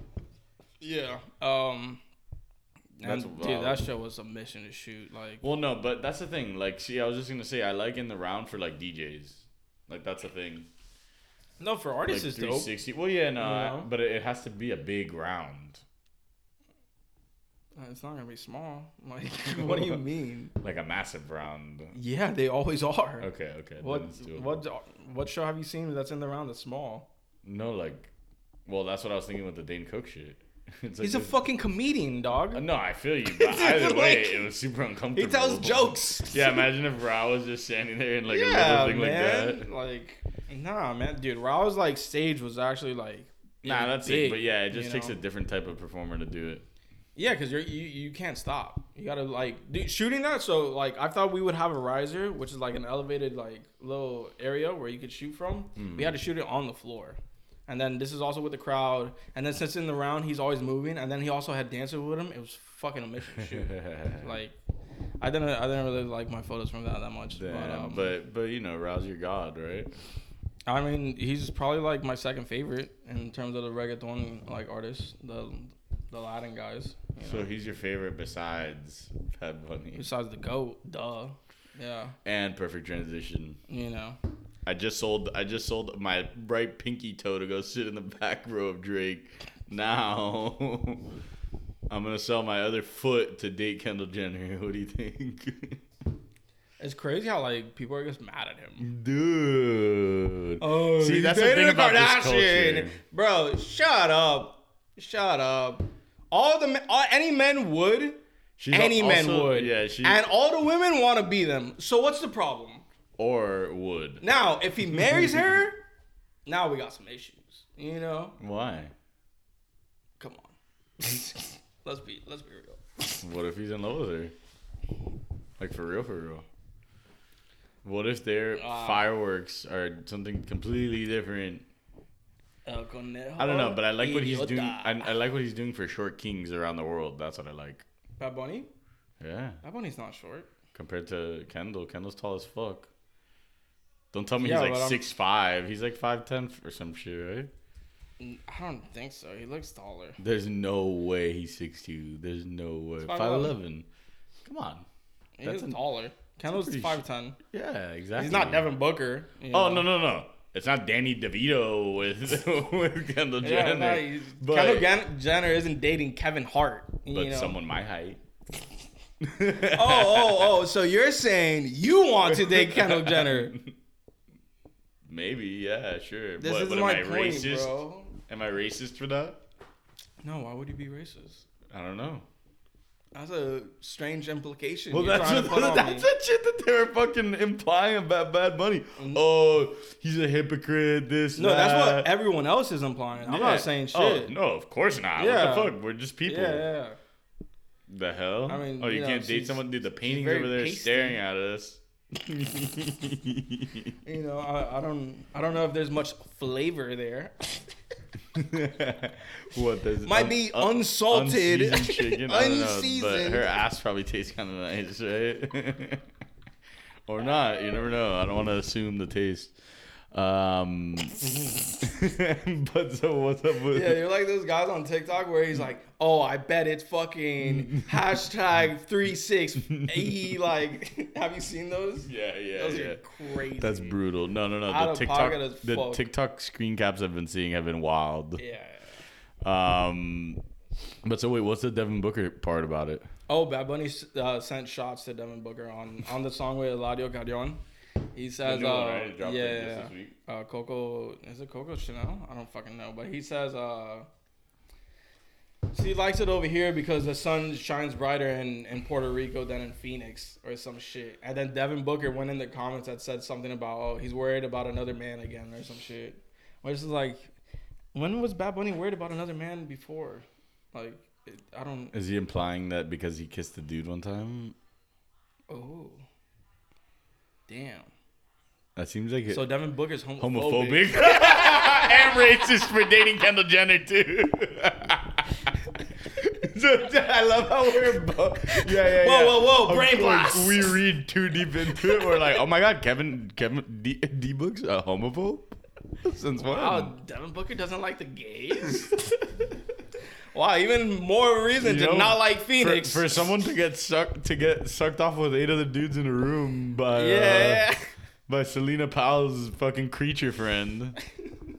Speaker 2: Yeah. Um. And
Speaker 3: That's
Speaker 2: dude,
Speaker 3: wild.
Speaker 2: that show was a mission to shoot. Like,
Speaker 3: Well, no, but that's the thing. Like, see, I was just gonna say I like in the round for like DJs. Like that's the thing.
Speaker 2: no, for
Speaker 3: Like
Speaker 2: artists is dope.
Speaker 3: 360. Well, yeah, no,
Speaker 2: You know?
Speaker 3: but it, it has to be a big round.
Speaker 2: It's not gonna be small. (laughs) Like, what do
Speaker 3: (laughs)
Speaker 2: you mean?
Speaker 3: Like a massive round.
Speaker 2: Yeah, they always are.
Speaker 3: Okay, okay.
Speaker 2: What
Speaker 3: then it's doable.
Speaker 2: what what show have you seen that's in the round that's small?
Speaker 3: No, like, well, that's what I was thinking with the Dane Cook shit. (laughs) It's like
Speaker 2: He's a
Speaker 3: this-
Speaker 2: fucking comedian, dog.
Speaker 3: Uh, No, I feel you.
Speaker 2: (laughs)
Speaker 3: But
Speaker 2: It's
Speaker 3: either way,
Speaker 2: like-
Speaker 3: it was super uncomfortable.
Speaker 2: He tells jokes.
Speaker 3: Yeah, imagine if Ra was just standing there and like
Speaker 2: yeah,
Speaker 3: a little thing
Speaker 2: man.
Speaker 3: like that.
Speaker 2: Like, nah, man, dude. Rao's like stage was actually like.
Speaker 3: Nah,
Speaker 2: even
Speaker 3: that's
Speaker 2: big,
Speaker 3: it. But yeah, it just
Speaker 2: you
Speaker 3: takes
Speaker 2: know?
Speaker 3: a different type of performer to do it.
Speaker 2: Yeah, because you're you, you can't stop. You gotta like dude, shooting that. So like I thought we would have a riser, which is like an elevated like little area where you could shoot from.
Speaker 3: Hmm.
Speaker 2: We had to shoot it on the floor, and then this is also with the crowd. And then since in the round he's always moving, and then he also had dancers with him. It was fucking a mission shoot. (laughs) like I didn't I didn't really like my photos from that that much.
Speaker 3: Damn,
Speaker 2: but, um,
Speaker 3: but but you know, Ra's your god, right?
Speaker 2: I mean he's probably like my second favorite in terms of the reggaeton like artists, the the Latin guys. you know.
Speaker 3: So he's your favorite besides Bad Bunny
Speaker 2: besides the goat, duh. Yeah,
Speaker 3: and Perfect Transition.
Speaker 2: you know.
Speaker 3: I just sold I just sold my right pinky toe to go sit in the back (laughs) row of Drake. Now (laughs) I'm gonna sell my other foot to date Kendall Jenner. (laughs) What do you think? (laughs)
Speaker 2: It's crazy how like people are just mad at him.
Speaker 3: Dude.
Speaker 2: Oh,
Speaker 3: Mm-hmm. See, that's the thing about this culture.
Speaker 2: bro. Shut up, shut up. All the men, all, any men would,
Speaker 3: She's
Speaker 2: any
Speaker 3: al-
Speaker 2: men
Speaker 3: also-
Speaker 2: would,
Speaker 3: Yeah, she
Speaker 2: and all the women want to be them. So what's the problem?
Speaker 3: or would.
Speaker 2: Now, if he marries her, now we got some issues. You know,
Speaker 3: Why?
Speaker 2: come on. let's be let's be real.
Speaker 3: What if he's in love with her? Like for real, for real. What if their
Speaker 2: Ah.
Speaker 3: fireworks are something completely different? I
Speaker 2: I
Speaker 3: don't know, but I like what he's doing. I, I like what he's doing for short kings around the world. That's what I like.
Speaker 2: Bad Bunny.
Speaker 3: Yeah,
Speaker 2: Bad Bunny's not short.
Speaker 3: compared to Kendall, Kendall's tall as fuck. Don't tell me
Speaker 2: Yeah,
Speaker 3: he's
Speaker 2: but
Speaker 3: like
Speaker 2: I'm-
Speaker 3: six five. He's like five ten or some shit, right?
Speaker 2: I don't think so. He looks taller.
Speaker 3: There's no way he's six two. There's no way five
Speaker 2: 5'11".
Speaker 3: eleven. Come on.
Speaker 2: He's
Speaker 3: That's an-
Speaker 2: taller. Kendall's
Speaker 3: pretty sh-
Speaker 2: five ten.
Speaker 3: Yeah, exactly.
Speaker 2: He's not Devin Booker. you
Speaker 3: Oh
Speaker 2: know.
Speaker 3: no no no! It's not Danny DeVito with (laughs) with Kendall
Speaker 2: Yeah,
Speaker 3: Jenner.
Speaker 2: no, he's-
Speaker 3: but
Speaker 2: Kendall Gen- Jenner isn't dating Kevin Hart. you
Speaker 3: but
Speaker 2: know.
Speaker 3: someone my height.
Speaker 2: Oh
Speaker 3: (laughs)
Speaker 2: oh oh! So you're saying you want to date Kendall Jenner?
Speaker 3: Maybe yeah sure.
Speaker 2: This
Speaker 3: but
Speaker 2: is
Speaker 3: but
Speaker 2: my
Speaker 3: am I
Speaker 2: point,
Speaker 3: racist?
Speaker 2: bro.
Speaker 3: Am I racist for that?
Speaker 2: No, why would you be racist?
Speaker 3: I don't know.
Speaker 2: That's a strange implication.
Speaker 3: Well,
Speaker 2: you're
Speaker 3: that's
Speaker 2: trying
Speaker 3: (laughs) what,
Speaker 2: to put on
Speaker 3: that's
Speaker 2: me.
Speaker 3: that shit that they were fucking implying about Bad Bunny. Oh, he's a hypocrite. This
Speaker 2: Mm. No, that's
Speaker 3: that.
Speaker 2: what everyone else is implying. I'm
Speaker 3: Yeah.
Speaker 2: not saying shit.
Speaker 3: Oh no, of course not.
Speaker 2: Yeah.
Speaker 3: What the fuck? We're just people.
Speaker 2: Yeah, yeah.
Speaker 3: The hell?
Speaker 2: I mean,
Speaker 3: oh, you,
Speaker 2: you know,
Speaker 3: can't date
Speaker 2: she's-
Speaker 3: someone. Dude, the paintings
Speaker 2: very
Speaker 3: over there
Speaker 2: pasty.
Speaker 3: staring
Speaker 2: (laughs)
Speaker 3: at (laughs) us.
Speaker 2: You know, I, I don't, I don't know if there's much flavor there.
Speaker 3: (laughs) what does
Speaker 2: Might be unsalted. (laughs)
Speaker 3: unseasoned chicken? I don't know,
Speaker 2: Unseasoned.
Speaker 3: but her ass probably tastes kind of nice, right? (laughs) or not? You never know. I don't want to assume the taste. Um, (laughs) but so what's up
Speaker 2: (laughs)
Speaker 3: with?
Speaker 2: Yeah, you're like those guys on TikTok where he's like, "Oh, I bet it's
Speaker 3: (laughs)
Speaker 2: fucking hashtag three six e." Like, (laughs) have you seen those?
Speaker 3: (laughs) yeah, yeah,
Speaker 2: Those
Speaker 3: yeah.
Speaker 2: are crazy.
Speaker 3: That's brutal. No, no, no.
Speaker 2: Out
Speaker 3: The
Speaker 2: of pocket as
Speaker 3: TikTok, the
Speaker 2: fuck.
Speaker 3: TikTok screen caps I've been seeing have been wild.
Speaker 2: Yeah.
Speaker 3: Um, but so wait, what's the Devin Booker part about it?
Speaker 2: Oh, Bad Bunny uh, sent shots to Devin Booker on on the song with Eladio Carrion. He says, uh, yeah, uh, Coco is it Coco Chanel? I don't fucking know, but he says, uh, she likes it over here because the sun shines brighter in, in Puerto Rico than in Phoenix or some shit. And then Devin Booker went in the comments that said something about, oh, he's worried about another man again or some shit. Which is like, when was Bad Bunny worried about another man before? Like, it, I don't.
Speaker 3: Is he implying that because he kissed the dude one time?
Speaker 2: Oh, damn.
Speaker 3: That seems like it.
Speaker 2: So Devin Booker's homophobic.
Speaker 3: homophobic (laughs) and racist for dating Kendall Jenner too. (laughs) so, I love how we're both. Yeah, yeah,
Speaker 2: Whoa,
Speaker 3: yeah.
Speaker 2: whoa, whoa,
Speaker 3: Of
Speaker 2: brain
Speaker 3: course,
Speaker 2: blast.
Speaker 3: We read too deep into it. We're like, oh my god, Kevin, Kevin D, D Books a homophobe. Since when?
Speaker 2: Wow, Oh, Devin Booker doesn't like the
Speaker 3: (laughs)
Speaker 2: gays. wow, even more reason
Speaker 3: You
Speaker 2: to
Speaker 3: know,
Speaker 2: not like
Speaker 3: for,
Speaker 2: Phoenix.
Speaker 3: for someone to get sucked to get sucked off with eight other dudes in a room
Speaker 2: (laughs)
Speaker 3: by
Speaker 2: yeah,
Speaker 3: uh, by Selena Powell's fucking creature friend.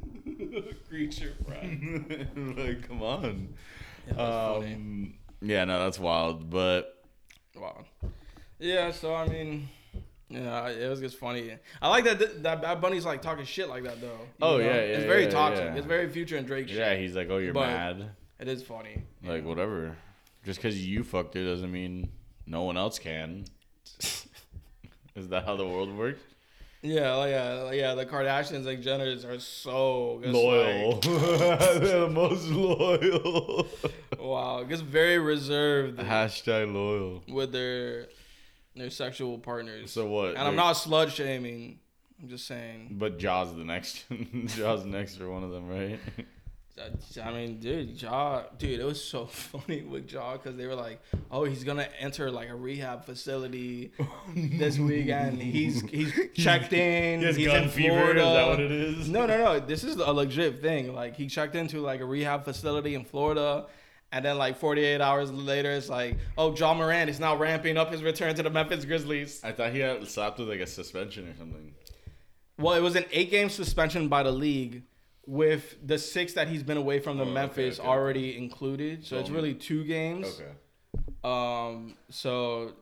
Speaker 2: (laughs) creature friend.
Speaker 3: (laughs) like, come on.
Speaker 2: Yeah, that's funny.
Speaker 3: Um, Yeah, no, that's wild. But
Speaker 2: Wow. Yeah, so I mean, yeah, I- it was just funny. I like that th- that Bad Bunny's like talking shit like that though. you
Speaker 3: Oh, yeah, yeah,
Speaker 2: It's very
Speaker 3: yeah,
Speaker 2: toxic.
Speaker 3: yeah.
Speaker 2: It's very Future and Drake shit.
Speaker 3: yeah, he's like, "Oh, you're
Speaker 2: But-
Speaker 3: mad."
Speaker 2: It is funny.
Speaker 3: Like whatever. Just because you fucked it doesn't mean no one else (laughs) can. Is that how the world works?
Speaker 2: Yeah, like, yeah, like, yeah. The Kardashians, like Jenners, are so just,
Speaker 3: Loyal.
Speaker 2: like,
Speaker 3: They're (laughs) the most loyal.
Speaker 2: wow, just very reserved
Speaker 3: (laughs) Hashtag loyal.
Speaker 2: with their their sexual partners.
Speaker 3: So what?
Speaker 2: and I'm
Speaker 3: They're-
Speaker 2: not slut shaming. I'm just saying.
Speaker 3: But Jaws the next. (laughs) Jaws next or one of them, (laughs) right?
Speaker 2: That's- I mean, dude, Ja, dude, it was so (laughs) funny with Ja because they were like, "Oh, he's gonna enter like a rehab
Speaker 3: (laughs)
Speaker 2: facility this weekend. He's he's checked in.
Speaker 3: He has
Speaker 2: he's
Speaker 3: gun
Speaker 2: in
Speaker 3: fever,
Speaker 2: Florida.
Speaker 3: is that what it is?
Speaker 2: No, no, no. This is a legit thing. Like he checked into like a rehab facility in Florida, and then like 48 hours later, it's like, oh, John Moran is now ramping up his return to the Memphis Grizzlies.
Speaker 3: I thought he got slapped with like a suspension or something.
Speaker 2: Well, it was an eight game suspension by the league. With the six that he's been away from the
Speaker 3: Oh, okay,
Speaker 2: Memphis
Speaker 3: okay, okay.
Speaker 2: already included, so
Speaker 3: So-
Speaker 2: it's really two games.
Speaker 3: Okay.
Speaker 2: Um, so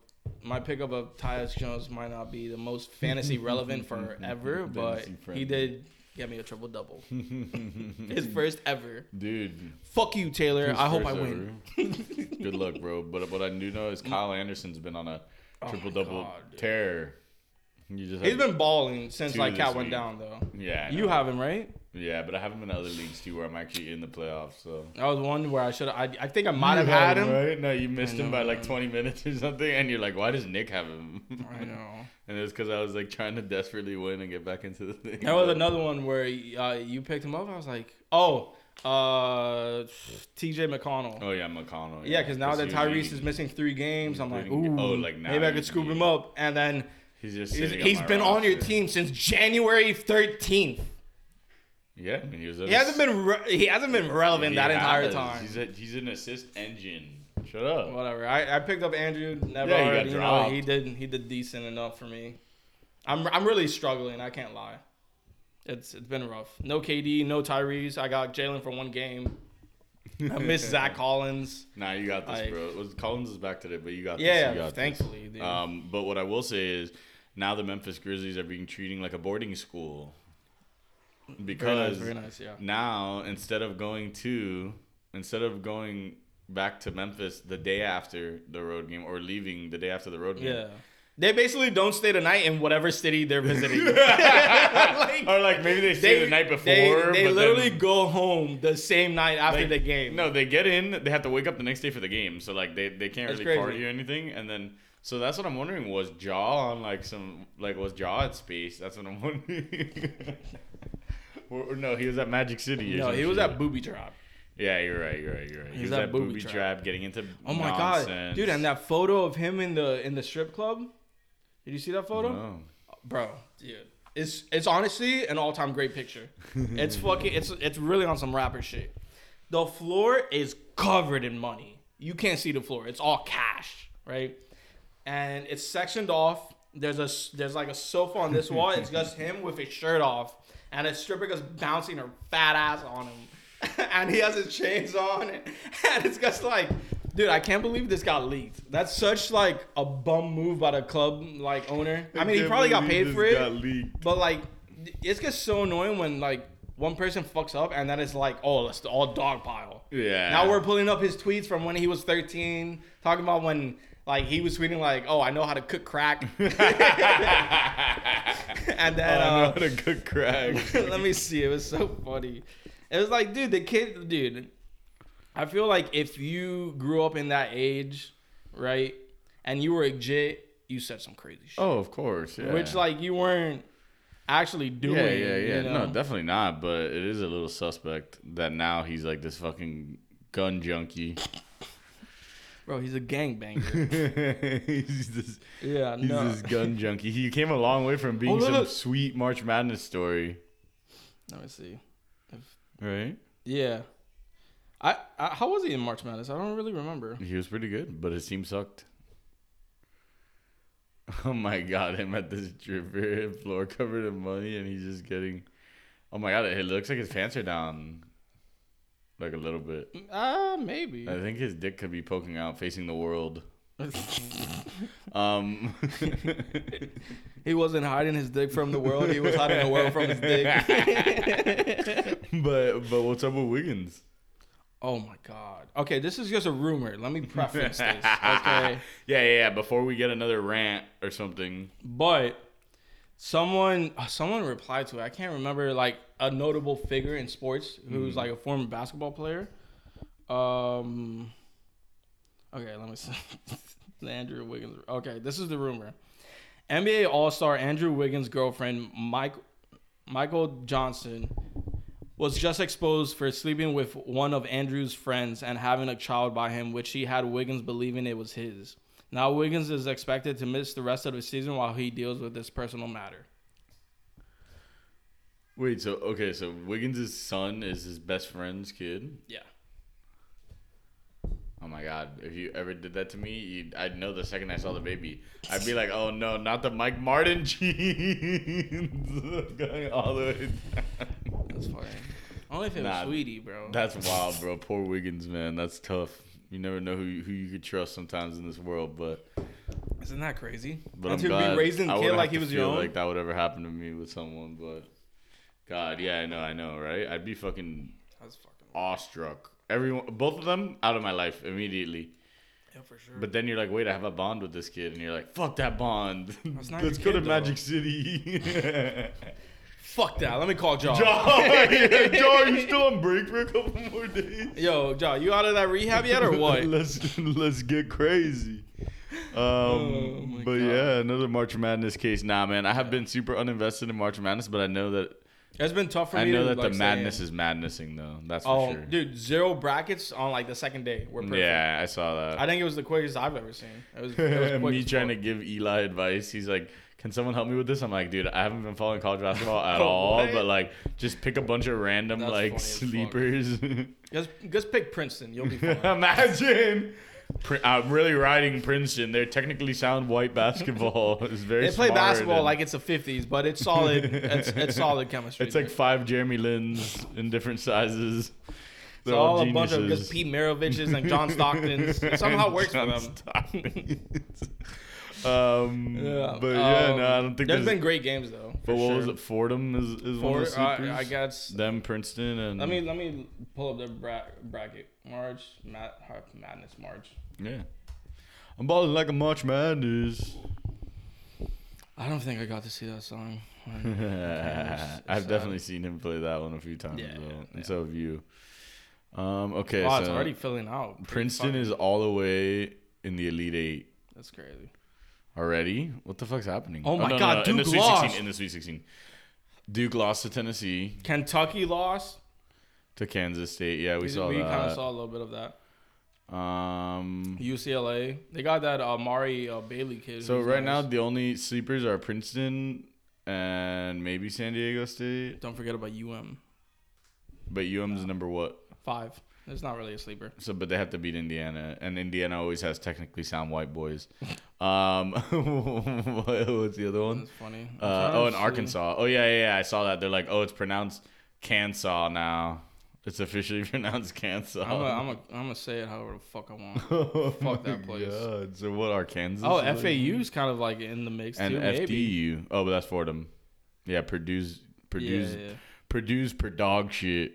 Speaker 2: my pickup of Tyus Jones might not be the most
Speaker 3: (laughs)
Speaker 2: fantasy relevant forever, but
Speaker 3: Fantasy
Speaker 2: he
Speaker 3: friendly.
Speaker 2: did get me a triple
Speaker 3: (laughs)
Speaker 2: double. His first ever.
Speaker 3: (laughs) Dude.
Speaker 2: Fuck you, Taylor.
Speaker 3: His
Speaker 2: I hope I
Speaker 3: first
Speaker 2: win.
Speaker 3: Good luck, bro. But what I do know is Kyle Anderson's been on a
Speaker 2: Oh my
Speaker 3: triple double
Speaker 2: God, dude.
Speaker 3: tear. You just
Speaker 2: He's
Speaker 3: haven't-
Speaker 2: been balling since
Speaker 3: Two
Speaker 2: like
Speaker 3: this
Speaker 2: Cat went
Speaker 3: week.
Speaker 2: down though.
Speaker 3: yeah. I
Speaker 2: You
Speaker 3: know.
Speaker 2: have him right.
Speaker 3: yeah, but I haven't been in other leagues too where I'm actually in the playoffs. So
Speaker 2: That was one where I should. I I think I might have had him.
Speaker 3: Right? No, you missed
Speaker 2: I
Speaker 3: him by
Speaker 2: know,
Speaker 3: like
Speaker 2: right.
Speaker 3: 20 minutes or something, and you're like, why does Nick have him?
Speaker 2: I know.
Speaker 3: (laughs) and it was because I was like trying to desperately win and get back into the thing.
Speaker 2: There was
Speaker 3: but-
Speaker 2: another one where uh, you picked him up. I was like, oh, uh, T.J. McConnell.
Speaker 3: Oh yeah, McConnell.
Speaker 2: Yeah, because now that
Speaker 3: usually
Speaker 2: Tyrese is missing three games, I'm like,
Speaker 3: doing-
Speaker 2: ooh,
Speaker 3: oh, like, now
Speaker 2: maybe I
Speaker 3: you
Speaker 2: could scoop
Speaker 3: need-
Speaker 2: him up. And then
Speaker 3: he's just
Speaker 2: he's,
Speaker 3: sitting
Speaker 2: he's
Speaker 3: my
Speaker 2: been on your
Speaker 3: roster.
Speaker 2: team since January 13th.
Speaker 3: Yeah, and he was.
Speaker 2: He hasn't been re- he hasn't been relevant that entire time.
Speaker 3: He's, a, he's an assist engine. Shut up.
Speaker 2: Whatever. I, I picked up Andrew. Never
Speaker 3: Yeah, he got
Speaker 2: already. You know,
Speaker 3: dropped.
Speaker 2: he did he did decent enough for me. I'm I'm really struggling. I can't lie. It's it's been rough. No KD, no Tyrese. I got Jalen for one game. I
Speaker 3: (laughs)
Speaker 2: miss Zach Collins.
Speaker 3: Nah, you got this,
Speaker 2: Like-
Speaker 3: bro. It was, Collins is back today, but you got this.
Speaker 2: Yeah,
Speaker 3: you got this.
Speaker 2: thankfully, dude.
Speaker 3: Um, but what I will say is, now the Memphis Grizzlies are being treated like a boarding school
Speaker 2: Very nice,
Speaker 3: because Mm.
Speaker 2: very nice, yeah.
Speaker 3: now instead of going to instead of going back to Memphis the day after the road game or leaving the day after the road game,
Speaker 2: Yeah. They basically don't stay the night in whatever city they're visiting.
Speaker 3: (laughs)
Speaker 2: (laughs) Like,
Speaker 3: or (laughs) like maybe they stay the night before.
Speaker 2: They, they
Speaker 3: but
Speaker 2: literally
Speaker 3: then,
Speaker 2: go home the same night after
Speaker 3: like,
Speaker 2: the game.
Speaker 3: No, they get in. They have to wake up the next day for the game. So like they, they can't
Speaker 2: That's
Speaker 3: really
Speaker 2: crazy.
Speaker 3: party or anything. And then so that's what I'm wondering was Jaw on like some like was Jaw at space? That's what I'm (laughs) wondering. or, or no, he was at Magic City. or
Speaker 2: no,
Speaker 3: some
Speaker 2: he was
Speaker 3: shit.
Speaker 2: at Booby Drop.
Speaker 3: Yeah, you're right. You're right. You're right. He
Speaker 2: He's
Speaker 3: was
Speaker 2: at
Speaker 3: at
Speaker 2: Booby
Speaker 3: Booby
Speaker 2: Trap.
Speaker 3: Trap getting into
Speaker 2: Oh my god,
Speaker 3: nonsense.
Speaker 2: dude! And that photo of him in the in the strip club. Did you see that photo,
Speaker 3: No.
Speaker 2: bro? Dude, it's it's honestly an all time great
Speaker 3: (laughs)
Speaker 2: picture. it's fucking it's it's really on some rapper shit. The floor is covered in money. You can't see the floor. It's all cash, right? And it's sectioned off. There's a s- there's like a sofa on this wall. It's just him with his shirt off, and a stripper goes bouncing her fat ass on him, (laughs) and he has his chains on, and it's just like, dude, I can't believe this got leaked. That's such like a bum move by the club like owner. I mean, he
Speaker 3: can't
Speaker 2: probably got
Speaker 3: believe
Speaker 2: paid
Speaker 3: this
Speaker 2: for it,
Speaker 3: got leaked.
Speaker 2: but like, it's just so annoying when like one person fucks up and then it's like, oh, let's all dog pile.
Speaker 3: Yeah.
Speaker 2: Now we're pulling up his tweets from when he was 13, talking about when like he was tweeting like, oh, I know how to cook
Speaker 3: (laughs)
Speaker 2: crack. (laughs) and
Speaker 3: Oh,
Speaker 2: then
Speaker 3: I know
Speaker 2: uh,
Speaker 3: what a good
Speaker 2: (laughs)
Speaker 3: crack.
Speaker 2: let me see. It was so funny. It was like, dude, the kid, dude. I feel like if you grew up in that age, right, and you were a jit, you said some crazy shit,
Speaker 3: oh, of course. Yeah.
Speaker 2: which like you weren't actually doing.
Speaker 3: Yeah, yeah, yeah.
Speaker 2: you know?
Speaker 3: No, definitely not. But it is a little suspect that now he's like this fucking gun (laughs) junkie.
Speaker 2: bro, he's a gangbanger.
Speaker 3: he's this,
Speaker 2: (laughs) yeah,
Speaker 3: he's
Speaker 2: no,
Speaker 3: this gun junkie. He came a long way from being
Speaker 2: Oh, look,
Speaker 3: some
Speaker 2: look.
Speaker 3: sweet March Madness story,
Speaker 2: let me see.
Speaker 3: right?
Speaker 2: Yeah. I, I how was he in March Madness? I don't really remember.
Speaker 3: He was pretty good, but his team sucked. (laughs) Oh my god, him at this stripper floor covered in money, and he's just getting. Oh my god, it looks like his pants are down. Like a little bit.
Speaker 2: Ah, maybe.
Speaker 3: I think his dick could be poking out, facing the world.
Speaker 2: (laughs)
Speaker 3: Um,
Speaker 2: he wasn't hiding his dick from the world. He was hiding the world from his (laughs) dick.
Speaker 3: but but what's up with Wiggins?
Speaker 2: oh my god. Okay, this is just a rumor. Let me preface
Speaker 3: (laughs)
Speaker 2: this. Okay.
Speaker 3: Yeah, yeah, yeah. Before we get another rant or something.
Speaker 2: But someone uh, someone replied to it. I can't remember like a notable figure in sports who's like a former basketball player. Um Okay, let me see. (laughs) Andrew Wiggins. Okay, this is the rumor. NBA All-Star Andrew Wiggins' girlfriend Mike Michael Johnson was just exposed for sleeping with one of Andrew's friends and having a child by him, which he had Wiggins believing it was his. Now Wiggins is expected to miss the rest of the season while he deals with this personal matter.
Speaker 3: Wait, so okay, so Wiggins' son is his best friend's kid.
Speaker 2: Yeah.
Speaker 3: Oh my god, if you ever did that to me, you'd, I'd know the second I saw the baby. I'd be like, oh no, not the Mike Martin (laughs) jeans. (laughs) Going all the way down.
Speaker 2: That's funny. Only if it
Speaker 3: Nah,
Speaker 2: was Sweetie, bro.
Speaker 3: That's wild, bro. Poor Wiggins, man. That's tough. You never know who you, who you could trust sometimes in this world, but
Speaker 2: Isn't that crazy?
Speaker 3: but
Speaker 2: and
Speaker 3: I'm
Speaker 2: to
Speaker 3: glad
Speaker 2: be raising
Speaker 3: I
Speaker 2: a kid
Speaker 3: wouldn't
Speaker 2: like
Speaker 3: have
Speaker 2: he
Speaker 3: to
Speaker 2: was your
Speaker 3: feel
Speaker 2: own.
Speaker 3: Like that would ever happen to me with someone, but God, yeah, I know, I know, right? I'd be fucking
Speaker 2: That's fucking
Speaker 3: awestruck. Everyone, both of them, out of my life immediately.
Speaker 2: yeah, for sure.
Speaker 3: But then you're like, wait, I have a bond with this kid, and you're like, fuck that bond.
Speaker 2: That's
Speaker 3: (laughs)
Speaker 2: not
Speaker 3: Let's
Speaker 2: your
Speaker 3: go
Speaker 2: kid,
Speaker 3: to
Speaker 2: though. (laughs)
Speaker 3: Magic City.
Speaker 2: Fuck that. Let me call Jaw.
Speaker 3: Jaw, Jaw, you still on break for a couple more days?
Speaker 2: Yo, Jaw, you out of that rehab yet or
Speaker 3: (laughs)
Speaker 2: what?
Speaker 3: let's let's get crazy. Um,
Speaker 2: Oh my
Speaker 3: but
Speaker 2: God.
Speaker 3: yeah, another March Madness case. Nah, man, I have been super uninvested in March Madness, but I know that
Speaker 2: it's been tough for
Speaker 3: I
Speaker 2: me.
Speaker 3: know
Speaker 2: to,
Speaker 3: that
Speaker 2: like,
Speaker 3: the
Speaker 2: say-
Speaker 3: madness is madnessing though. That's for
Speaker 2: Oh,
Speaker 3: sure.
Speaker 2: dude, zero brackets on like the second day. We're perfect.
Speaker 3: yeah, I saw that.
Speaker 2: I (laughs) think it was the quickest I've ever seen. It was,
Speaker 3: (laughs)
Speaker 2: it was quick
Speaker 3: me
Speaker 2: as
Speaker 3: trying to
Speaker 2: fuck.
Speaker 3: give Eli advice. He's like, "Can someone help me with this?" I'm like, "Dude, I haven't been following college basketball
Speaker 2: (laughs)
Speaker 3: at all,
Speaker 2: Oh, What?
Speaker 3: but like, just pick a bunch of random
Speaker 2: That's funny
Speaker 3: like
Speaker 2: as fuck.
Speaker 3: sleepers." (laughs)
Speaker 2: just just pick Princeton. You'll be fine.
Speaker 3: Imagine. Pri- I'm really riding Princeton. They're technically sound white
Speaker 2: (laughs)
Speaker 3: basketball. It's very.
Speaker 2: they play
Speaker 3: smart
Speaker 2: basketball
Speaker 3: and-
Speaker 2: like it's the '50s, but it's solid. it's, it's solid chemistry.
Speaker 3: it's like
Speaker 2: dude.
Speaker 3: (laughs) five Jeremy Lins in different sizes.
Speaker 2: It's all a bunch of just Pete Maraviches and
Speaker 3: (laughs)
Speaker 2: John Stocktons. It somehow works for them.
Speaker 3: um,
Speaker 2: Yeah,
Speaker 3: but yeah,
Speaker 2: um,
Speaker 3: no, I don't
Speaker 2: there's
Speaker 3: think there's.
Speaker 2: been great games though. for
Speaker 3: but what was
Speaker 2: sure.
Speaker 3: it? Fordham is, is one
Speaker 2: Four,
Speaker 3: of the sleepers.
Speaker 2: uh, I, I guess.
Speaker 3: them Princeton and
Speaker 2: Let me let me pull up the bra- bracket. March mad, Madness March.
Speaker 3: yeah. I'm balling like a
Speaker 2: (laughs)
Speaker 3: March Madness. (laughs)
Speaker 2: I don't think I got to see that
Speaker 3: (laughs)
Speaker 2: song. it's- it's,
Speaker 3: I've
Speaker 2: um,
Speaker 3: definitely seen him play that one a few times
Speaker 2: Yeah,
Speaker 3: though,
Speaker 2: yeah,
Speaker 3: and
Speaker 2: yeah.
Speaker 3: so have you. Um, okay,
Speaker 2: Wow,
Speaker 3: so
Speaker 2: it's already filling out. Pretty
Speaker 3: Princeton
Speaker 2: fucking-
Speaker 3: is all the way in the Elite Eight
Speaker 2: That's crazy.
Speaker 3: already. What the fuck's happening?
Speaker 2: Oh my God,
Speaker 3: in the
Speaker 2: Duke
Speaker 3: Sweet
Speaker 2: lost.
Speaker 3: Sixteen. In the Sweet Sixteen, Duke lost to Tennessee,
Speaker 2: Kentucky lost.
Speaker 3: to Kansas State. Yeah, we,
Speaker 2: We,
Speaker 3: saw
Speaker 2: kind of
Speaker 3: that.
Speaker 2: saw a little bit of that.
Speaker 3: Um,
Speaker 2: UCLA. They got that Amari uh, Bailey kid.
Speaker 3: so
Speaker 2: who's
Speaker 3: right now
Speaker 2: nice.
Speaker 3: the only sleepers are Princeton and maybe San Diego State,
Speaker 2: don't forget about UM
Speaker 3: but UM's number what?
Speaker 2: five. It's not really a sleeper.
Speaker 3: So, but they have to beat Indiana, and Indiana always has technically sound white boys. Um, (laughs) what- what's the other one?
Speaker 2: That's funny. I'm
Speaker 3: Uh,
Speaker 2: trying to
Speaker 3: oh, in
Speaker 2: see.
Speaker 3: Arkansas. Oh yeah, yeah, yeah, I saw that. They're like, oh, it's pronounced Kansaw now. It's officially (laughs) pronounced Kansaw.
Speaker 2: I'm
Speaker 3: (laughs)
Speaker 2: gonna I'm a, I'm gonna say it however the fuck I want.
Speaker 3: Oh
Speaker 2: fuck that
Speaker 3: my
Speaker 2: place.
Speaker 3: God. So what are Kansas?
Speaker 2: Oh,
Speaker 3: is like-
Speaker 2: FAU's kind of like in the mix
Speaker 3: and
Speaker 2: too. Maybe.
Speaker 3: FDU. Oh, but that's Fordham. Yeah, Purdue's Purdue's
Speaker 2: Yeah, yeah.
Speaker 3: Purdue's per dog shit.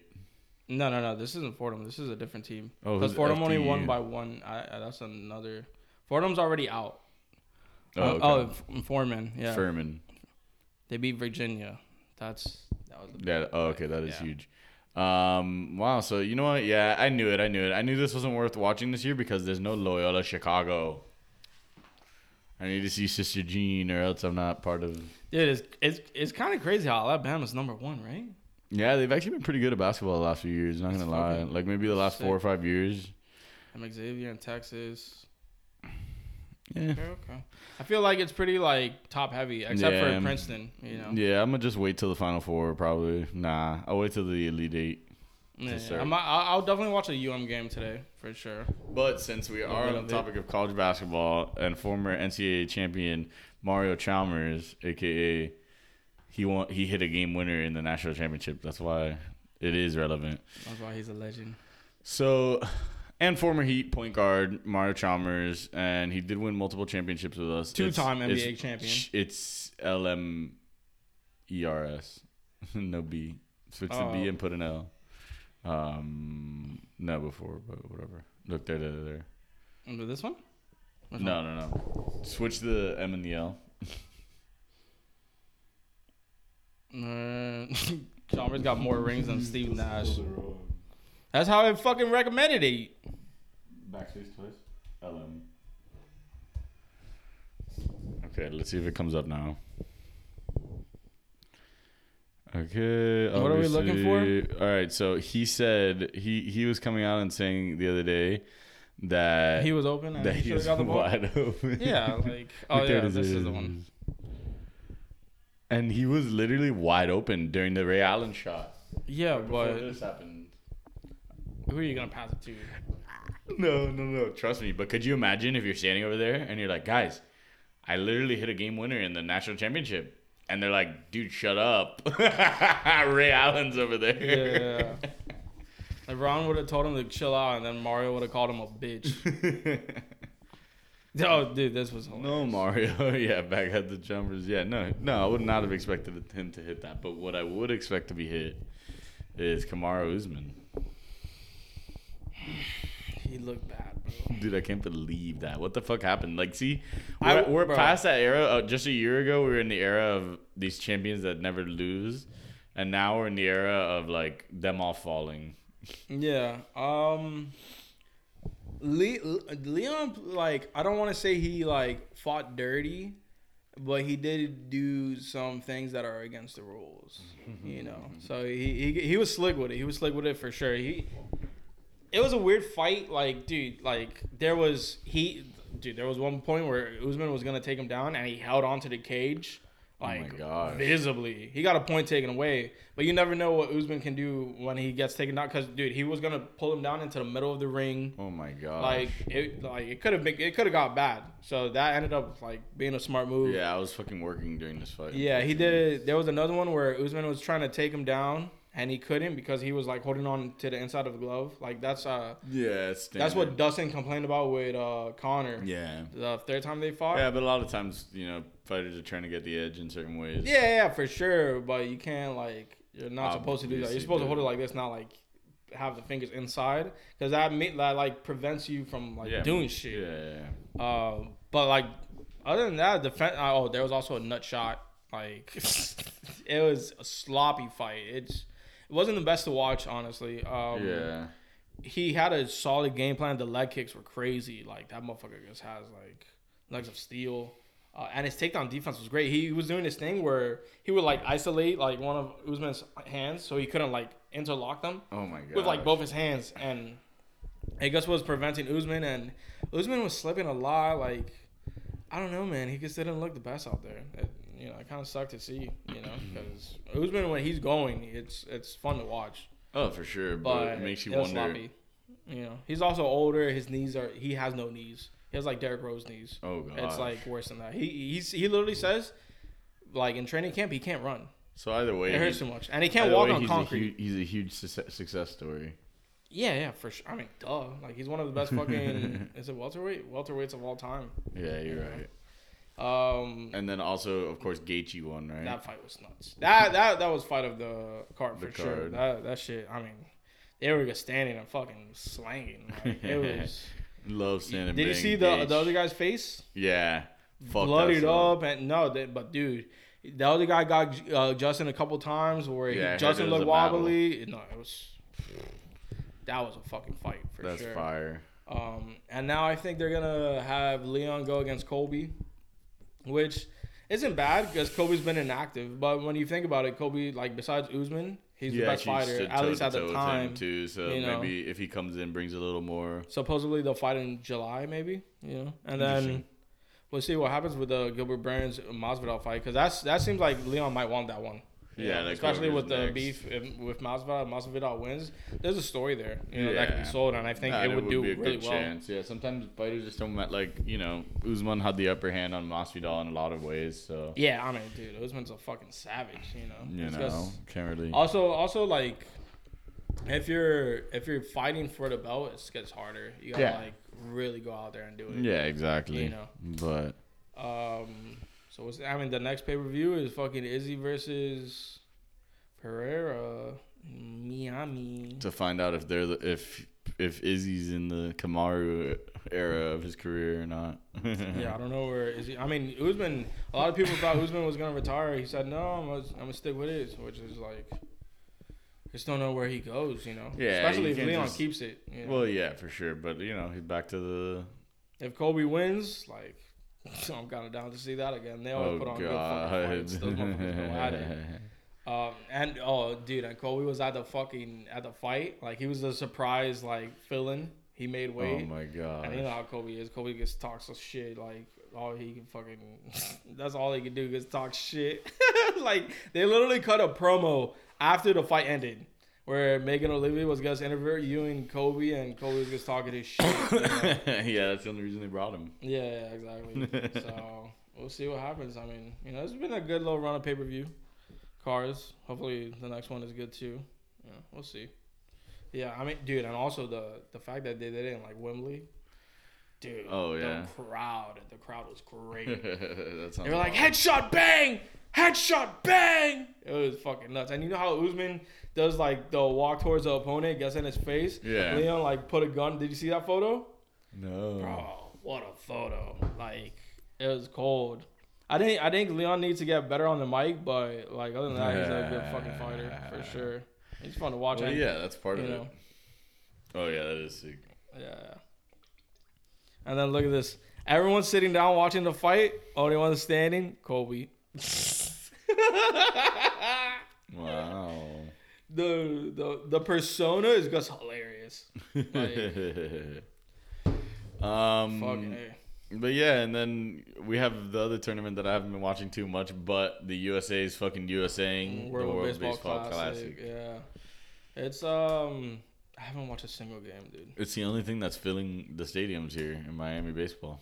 Speaker 2: No, no, no. This isn't Fordham. This is a different team.
Speaker 3: Oh,
Speaker 2: Because
Speaker 3: who's
Speaker 2: Fordham only
Speaker 3: FDU?
Speaker 2: won by one. I, I, that's another. Fordham's already out.
Speaker 3: Oh,
Speaker 2: Oh,
Speaker 3: okay.
Speaker 2: oh F- Foreman. Yeah,
Speaker 3: Furman.
Speaker 2: they beat Virginia. That's that was. The,
Speaker 3: Yeah. Oh, okay. That is
Speaker 2: Yeah.
Speaker 3: huge. Um. Wow. So you know what? Yeah, I knew it. I knew it. I knew this wasn't worth watching this year because there's no Loyola Chicago. I need to see Sister Jean, or else I'm not part of.
Speaker 2: dude, it's it's, it's kind of crazy how Alabama's number one, right?
Speaker 3: Yeah, they've actually been pretty good at basketball the last few years. Not gonna
Speaker 2: That's
Speaker 3: lie.
Speaker 2: fucking
Speaker 3: Like maybe the last four or
Speaker 2: sick.
Speaker 3: five years.
Speaker 2: And Xavier in Texas.
Speaker 3: Yeah.
Speaker 2: Okay, okay. I feel like it's pretty like top heavy, except
Speaker 3: Yeah.
Speaker 2: for Princeton. You know.
Speaker 3: Yeah, I'm gonna just wait till the Final Four. Probably. Nah, I'll wait till the Elite Eight.
Speaker 2: Yeah,
Speaker 3: Yes,
Speaker 2: yeah.
Speaker 3: sir.
Speaker 2: I'm- I'll, I'll definitely watch a UM game today for sure.
Speaker 3: But since we are
Speaker 2: bit
Speaker 3: on
Speaker 2: of
Speaker 3: the topic of college basketball and former NCAA champion Mario Chalmers, aka he won, he hit a game winner in the national championship. That's why it is relevant.
Speaker 2: That's why he's a legend.
Speaker 3: So, and former Heat point guard Mario Chalmers, and he did win multiple championships with us. It's-
Speaker 2: Two-time
Speaker 3: it's-
Speaker 2: NBA champion.
Speaker 3: sh- It's L M E R S, (laughs) no B. Switch the
Speaker 2: Oh.
Speaker 3: B and put an L. Um, no before, but whatever. Look there, there, there, there.
Speaker 2: Under this one? Which
Speaker 3: No,
Speaker 2: one?
Speaker 3: no, no. Switch the M and the L.
Speaker 2: Uh, (laughs) Chalmers got more rings than Steve Nash. That's how I fucking recommended it.
Speaker 3: Backspace twice. L M. Okay, let's see if it comes up now. Okay.
Speaker 2: What are we looking for?
Speaker 3: obviously- All right. So he said he he was coming out and saying the other day that
Speaker 2: He was open and
Speaker 3: that
Speaker 2: he
Speaker 3: he
Speaker 2: should have got the
Speaker 3: was
Speaker 2: ball.
Speaker 3: (laughs) wide open.
Speaker 2: Yeah,
Speaker 3: (laughs)
Speaker 2: like oh yeah,
Speaker 3: There it is,
Speaker 2: this
Speaker 3: there
Speaker 2: is
Speaker 3: it
Speaker 2: the one.
Speaker 3: And he was literally wide open during the Ray Allen shot.
Speaker 2: Yeah,
Speaker 3: Before
Speaker 2: but
Speaker 3: this happened.
Speaker 2: who are you gonna pass it to?
Speaker 3: (laughs) No, no, no. Trust me. But could you imagine if you're standing over there and you're like, guys, I literally hit a game winner in the national championship. And they're like, dude, shut up. (laughs) Ray Allen's over there.
Speaker 2: (laughs) Yeah. LeBron would have told him to chill out, and then Mario would have called him a (laughs) bitch. oh, dude, this was hilarious.
Speaker 3: (laughs) no, Mario. (laughs) yeah, back at the jumpers. Yeah, no, no, I would not have expected him to hit that. But what I would expect to be hit is Kamara Usman.
Speaker 2: He looked bad, bro.
Speaker 3: Dude, I can't believe that. What the fuck happened? Like, see,
Speaker 2: I-
Speaker 3: we're, we're
Speaker 2: bro.
Speaker 3: past that era. Uh, just a year ago, we were in the era of these champions that never lose, and now we're in the era of like them all falling.
Speaker 2: Yeah. Um. Le- Leon, like, I don't want to say he like fought dirty, but he did do some things that are against the rules. You know,
Speaker 3: Mm-hmm.
Speaker 2: so he, he he was slick with it. He was slick with it for sure. He. It was a weird fight, like dude, like there was he, dude, there was one point where Usman was gonna take him down and he held onto the cage, like
Speaker 3: oh my god!
Speaker 2: visibly. He got a point taken away, but you never know what Usman can do when he gets taken down. Because dude, he was gonna pull him down into the middle of the ring.
Speaker 3: Oh my god!
Speaker 2: Like it, like it could have been, it could have got bad. So that ended up like being a smart move.
Speaker 3: yeah, I was fucking working during this fight.
Speaker 2: Yeah, he did. There was another one where Usman was trying to take him down and he couldn't because he was like holding on to the inside of the glove. Like that's uh,
Speaker 3: Yeah, it's
Speaker 2: that's what
Speaker 3: standard.
Speaker 2: Dustin complained about with uh Connor.
Speaker 3: Yeah.
Speaker 2: The third time they fought.
Speaker 3: Yeah, but a lot of times, you know, fighters are trying to get the edge in certain ways.
Speaker 2: Yeah, yeah, for sure. But you can't like you're not supposed to do that.
Speaker 3: Obviously,
Speaker 2: You're supposed to hold it
Speaker 3: dude.
Speaker 2: like this, not like have the fingers inside, because that ma- that like prevents you from like doing
Speaker 3: Yeah,
Speaker 2: shit.
Speaker 3: yeah, yeah.
Speaker 2: Uh, but like other than that, defense. Oh, there was also a nut shot. Like (laughs) it was a sloppy fight. It's it wasn't the best to watch, honestly. Um,
Speaker 3: yeah.
Speaker 2: he had a solid game plan. The leg kicks were crazy. Like that motherfucker just has like legs of steel. Uh, and his takedown defense was great. He was doing this thing where he would like isolate like one of Usman's hands so he couldn't like interlock them
Speaker 3: Oh my god.
Speaker 2: with like both his hands. And I guess what was preventing Usman and Usman was slipping a lot. Like I don't know, man. He just didn't look the best out there. It, you know, it kind of sucked to see. You know, because Usman when he's going, it's it's fun to watch
Speaker 3: Oh, for sure. But,
Speaker 2: but
Speaker 3: it makes you
Speaker 2: was
Speaker 3: wonder.
Speaker 2: sloppy. You know, he's also older. His knees are. He has no knees. He has like Derrick Rose knees.
Speaker 3: Oh god.
Speaker 2: It's like worse than that. He he's, he literally says, like in training camp, he can't run.
Speaker 3: so either way,
Speaker 2: It
Speaker 3: he-
Speaker 2: hurts too much, and he can't
Speaker 3: Either
Speaker 2: walk
Speaker 3: way,
Speaker 2: on
Speaker 3: he's A
Speaker 2: concrete.
Speaker 3: huge, he's a huge success, success story.
Speaker 2: yeah, yeah, for sure. I mean, duh. Like he's one of the best fucking.
Speaker 3: (laughs)
Speaker 2: is it welterweight? Welterweights of all time.
Speaker 3: Yeah, you're right.
Speaker 2: Um,
Speaker 3: And then also, of course, Gaethje won, right?
Speaker 2: that fight was nuts. That that that was fight of the card for
Speaker 3: The
Speaker 2: sure.
Speaker 3: card.
Speaker 2: That that shit. I mean, they were just standing and fucking slanging. Like,
Speaker 3: (laughs)
Speaker 2: it was.
Speaker 3: Love standing.
Speaker 2: Did you see the the other guy's face?
Speaker 3: Yeah. Fuck
Speaker 2: bloodied
Speaker 3: that up.
Speaker 2: up and no, they, but dude, the other guy got uh, Justin a couple times where
Speaker 3: Yeah, I
Speaker 2: he,
Speaker 3: heard
Speaker 2: Justin
Speaker 3: it was
Speaker 2: looked
Speaker 3: a battle.
Speaker 2: wobbly. No, it was that was a fucking fight for
Speaker 3: That's
Speaker 2: sure.
Speaker 3: fire.
Speaker 2: Um, and now I think they're gonna have Leon go against Kobe, which isn't bad because Kobe's been inactive. But when you think about it, Kobe like besides Usman, he's
Speaker 3: yeah,
Speaker 2: the best
Speaker 3: she
Speaker 2: fighter
Speaker 3: stood
Speaker 2: at least at
Speaker 3: toe-to-toe
Speaker 2: the
Speaker 3: with him,
Speaker 2: time.
Speaker 3: too. So
Speaker 2: you know.
Speaker 3: maybe if he comes in, brings a little more.
Speaker 2: Supposedly they'll fight in July, maybe. You know, and then
Speaker 3: Interesting.
Speaker 2: we'll see what happens with the Gilbert Burns Masvidal fight because that's that seems like Leon might want that one. You
Speaker 3: Yeah,
Speaker 2: know,
Speaker 3: like
Speaker 2: especially
Speaker 3: whoever's
Speaker 2: with the
Speaker 3: next.
Speaker 2: beef if- with Masvidal. Masvidal wins. There's a story there, you know, that could be
Speaker 3: Yeah.
Speaker 2: sold, and I think
Speaker 3: Nah,
Speaker 2: it
Speaker 3: there
Speaker 2: would, do
Speaker 3: be a
Speaker 2: really
Speaker 3: good
Speaker 2: well.
Speaker 3: chance. Yeah, sometimes fighters just don't met, like you know. Usman had the upper hand on Masvidal in a lot of ways, so
Speaker 2: Yeah, I mean, dude, Usman's a fucking savage, you know.
Speaker 3: you
Speaker 2: It's
Speaker 3: know
Speaker 2: just-
Speaker 3: can't really.
Speaker 2: also, also like if you're if you're fighting for the belt, it gets harder. You gotta
Speaker 3: Yeah.
Speaker 2: like really go out there and do it.
Speaker 3: Yeah, exactly.
Speaker 2: You know.
Speaker 3: But
Speaker 2: Um. So what's I mean the next pay per view is fucking Izzy versus Pereira, Miami.
Speaker 3: to find out if they're the, if if Izzy's in the Kamaru era of his career or not.
Speaker 2: Yeah, I don't know where Izzy. I mean Usman. A lot of people thought Usman was gonna retire. He said no, I'm gonna, I'm gonna stick with it, which is like. Just don't know where he goes, you know.
Speaker 3: Yeah, you
Speaker 2: Especially if
Speaker 3: can't
Speaker 2: Leon
Speaker 3: just-
Speaker 2: keeps it. You know?
Speaker 3: (laughs) Well, yeah, for sure. But you know, he's back to the
Speaker 2: If Kobe wins, like, (laughs) I'm kind of down to see that again. They always
Speaker 3: oh
Speaker 2: put on good
Speaker 3: god.
Speaker 2: fucking fights. Those motherfuckers go
Speaker 3: (laughs)
Speaker 2: at it. Um, and oh, dude, and Kobe was at the fucking at the fight. Like he was a surprise like filling. He made
Speaker 3: oh
Speaker 2: weight.
Speaker 3: my
Speaker 2: and you know
Speaker 3: god.
Speaker 2: how Kobe is. Kobe gets talks of shit. Like all he can fucking. (laughs) that's all he can do is talk shit. (laughs) like they literally cut a promo after the fight ended. Where Megan Olivia was just interviewing Kobe, and Kobe was just talking his shit. you know?
Speaker 3: (laughs) yeah, that's the only reason they brought him. (laughs)
Speaker 2: Yeah, yeah, exactly. so we'll see what happens. I mean, you know, it's been a good little run of pay per view cars. Hopefully, the next one is good too. Yeah, we'll see. Yeah, I mean, dude, and also the the fact that they they didn't like Wembley, dude.
Speaker 3: Oh, yeah.
Speaker 2: the crowd, the crowd was
Speaker 3: (laughs)
Speaker 2: great.
Speaker 3: that's
Speaker 2: they were like headshot bang, headshot bang. It was fucking nuts. And you know how Usman does like the walk towards the opponent, gets in his face.
Speaker 3: Yeah.
Speaker 2: Leon like put a gun. Did you see that photo?
Speaker 3: no.
Speaker 2: Bro, what a photo! Like it was cold. I think I think Leon needs to get better on the mic, but like other than that, he's a good fucking fighter for sure. He's fun to watch.
Speaker 3: Well,
Speaker 2: and-
Speaker 3: yeah, that's part
Speaker 2: you
Speaker 3: of
Speaker 2: know.
Speaker 3: it. Oh yeah, that is sick.
Speaker 2: yeah. And then look at this. Everyone's sitting down watching the fight. Only one standing, Kobe.
Speaker 3: Wow.
Speaker 2: The the the persona is just hilarious.
Speaker 3: (laughs) um.
Speaker 2: Fucking A.
Speaker 3: But yeah, and then we have the other tournament that I haven't been watching too much, but the USA's fucking USAing
Speaker 2: World,
Speaker 3: Mm-hmm. the
Speaker 2: Baseball, Classic. Yeah. It's um I haven't watched a single game, dude.
Speaker 3: It's the only thing that's filling the stadiums here in Miami baseball.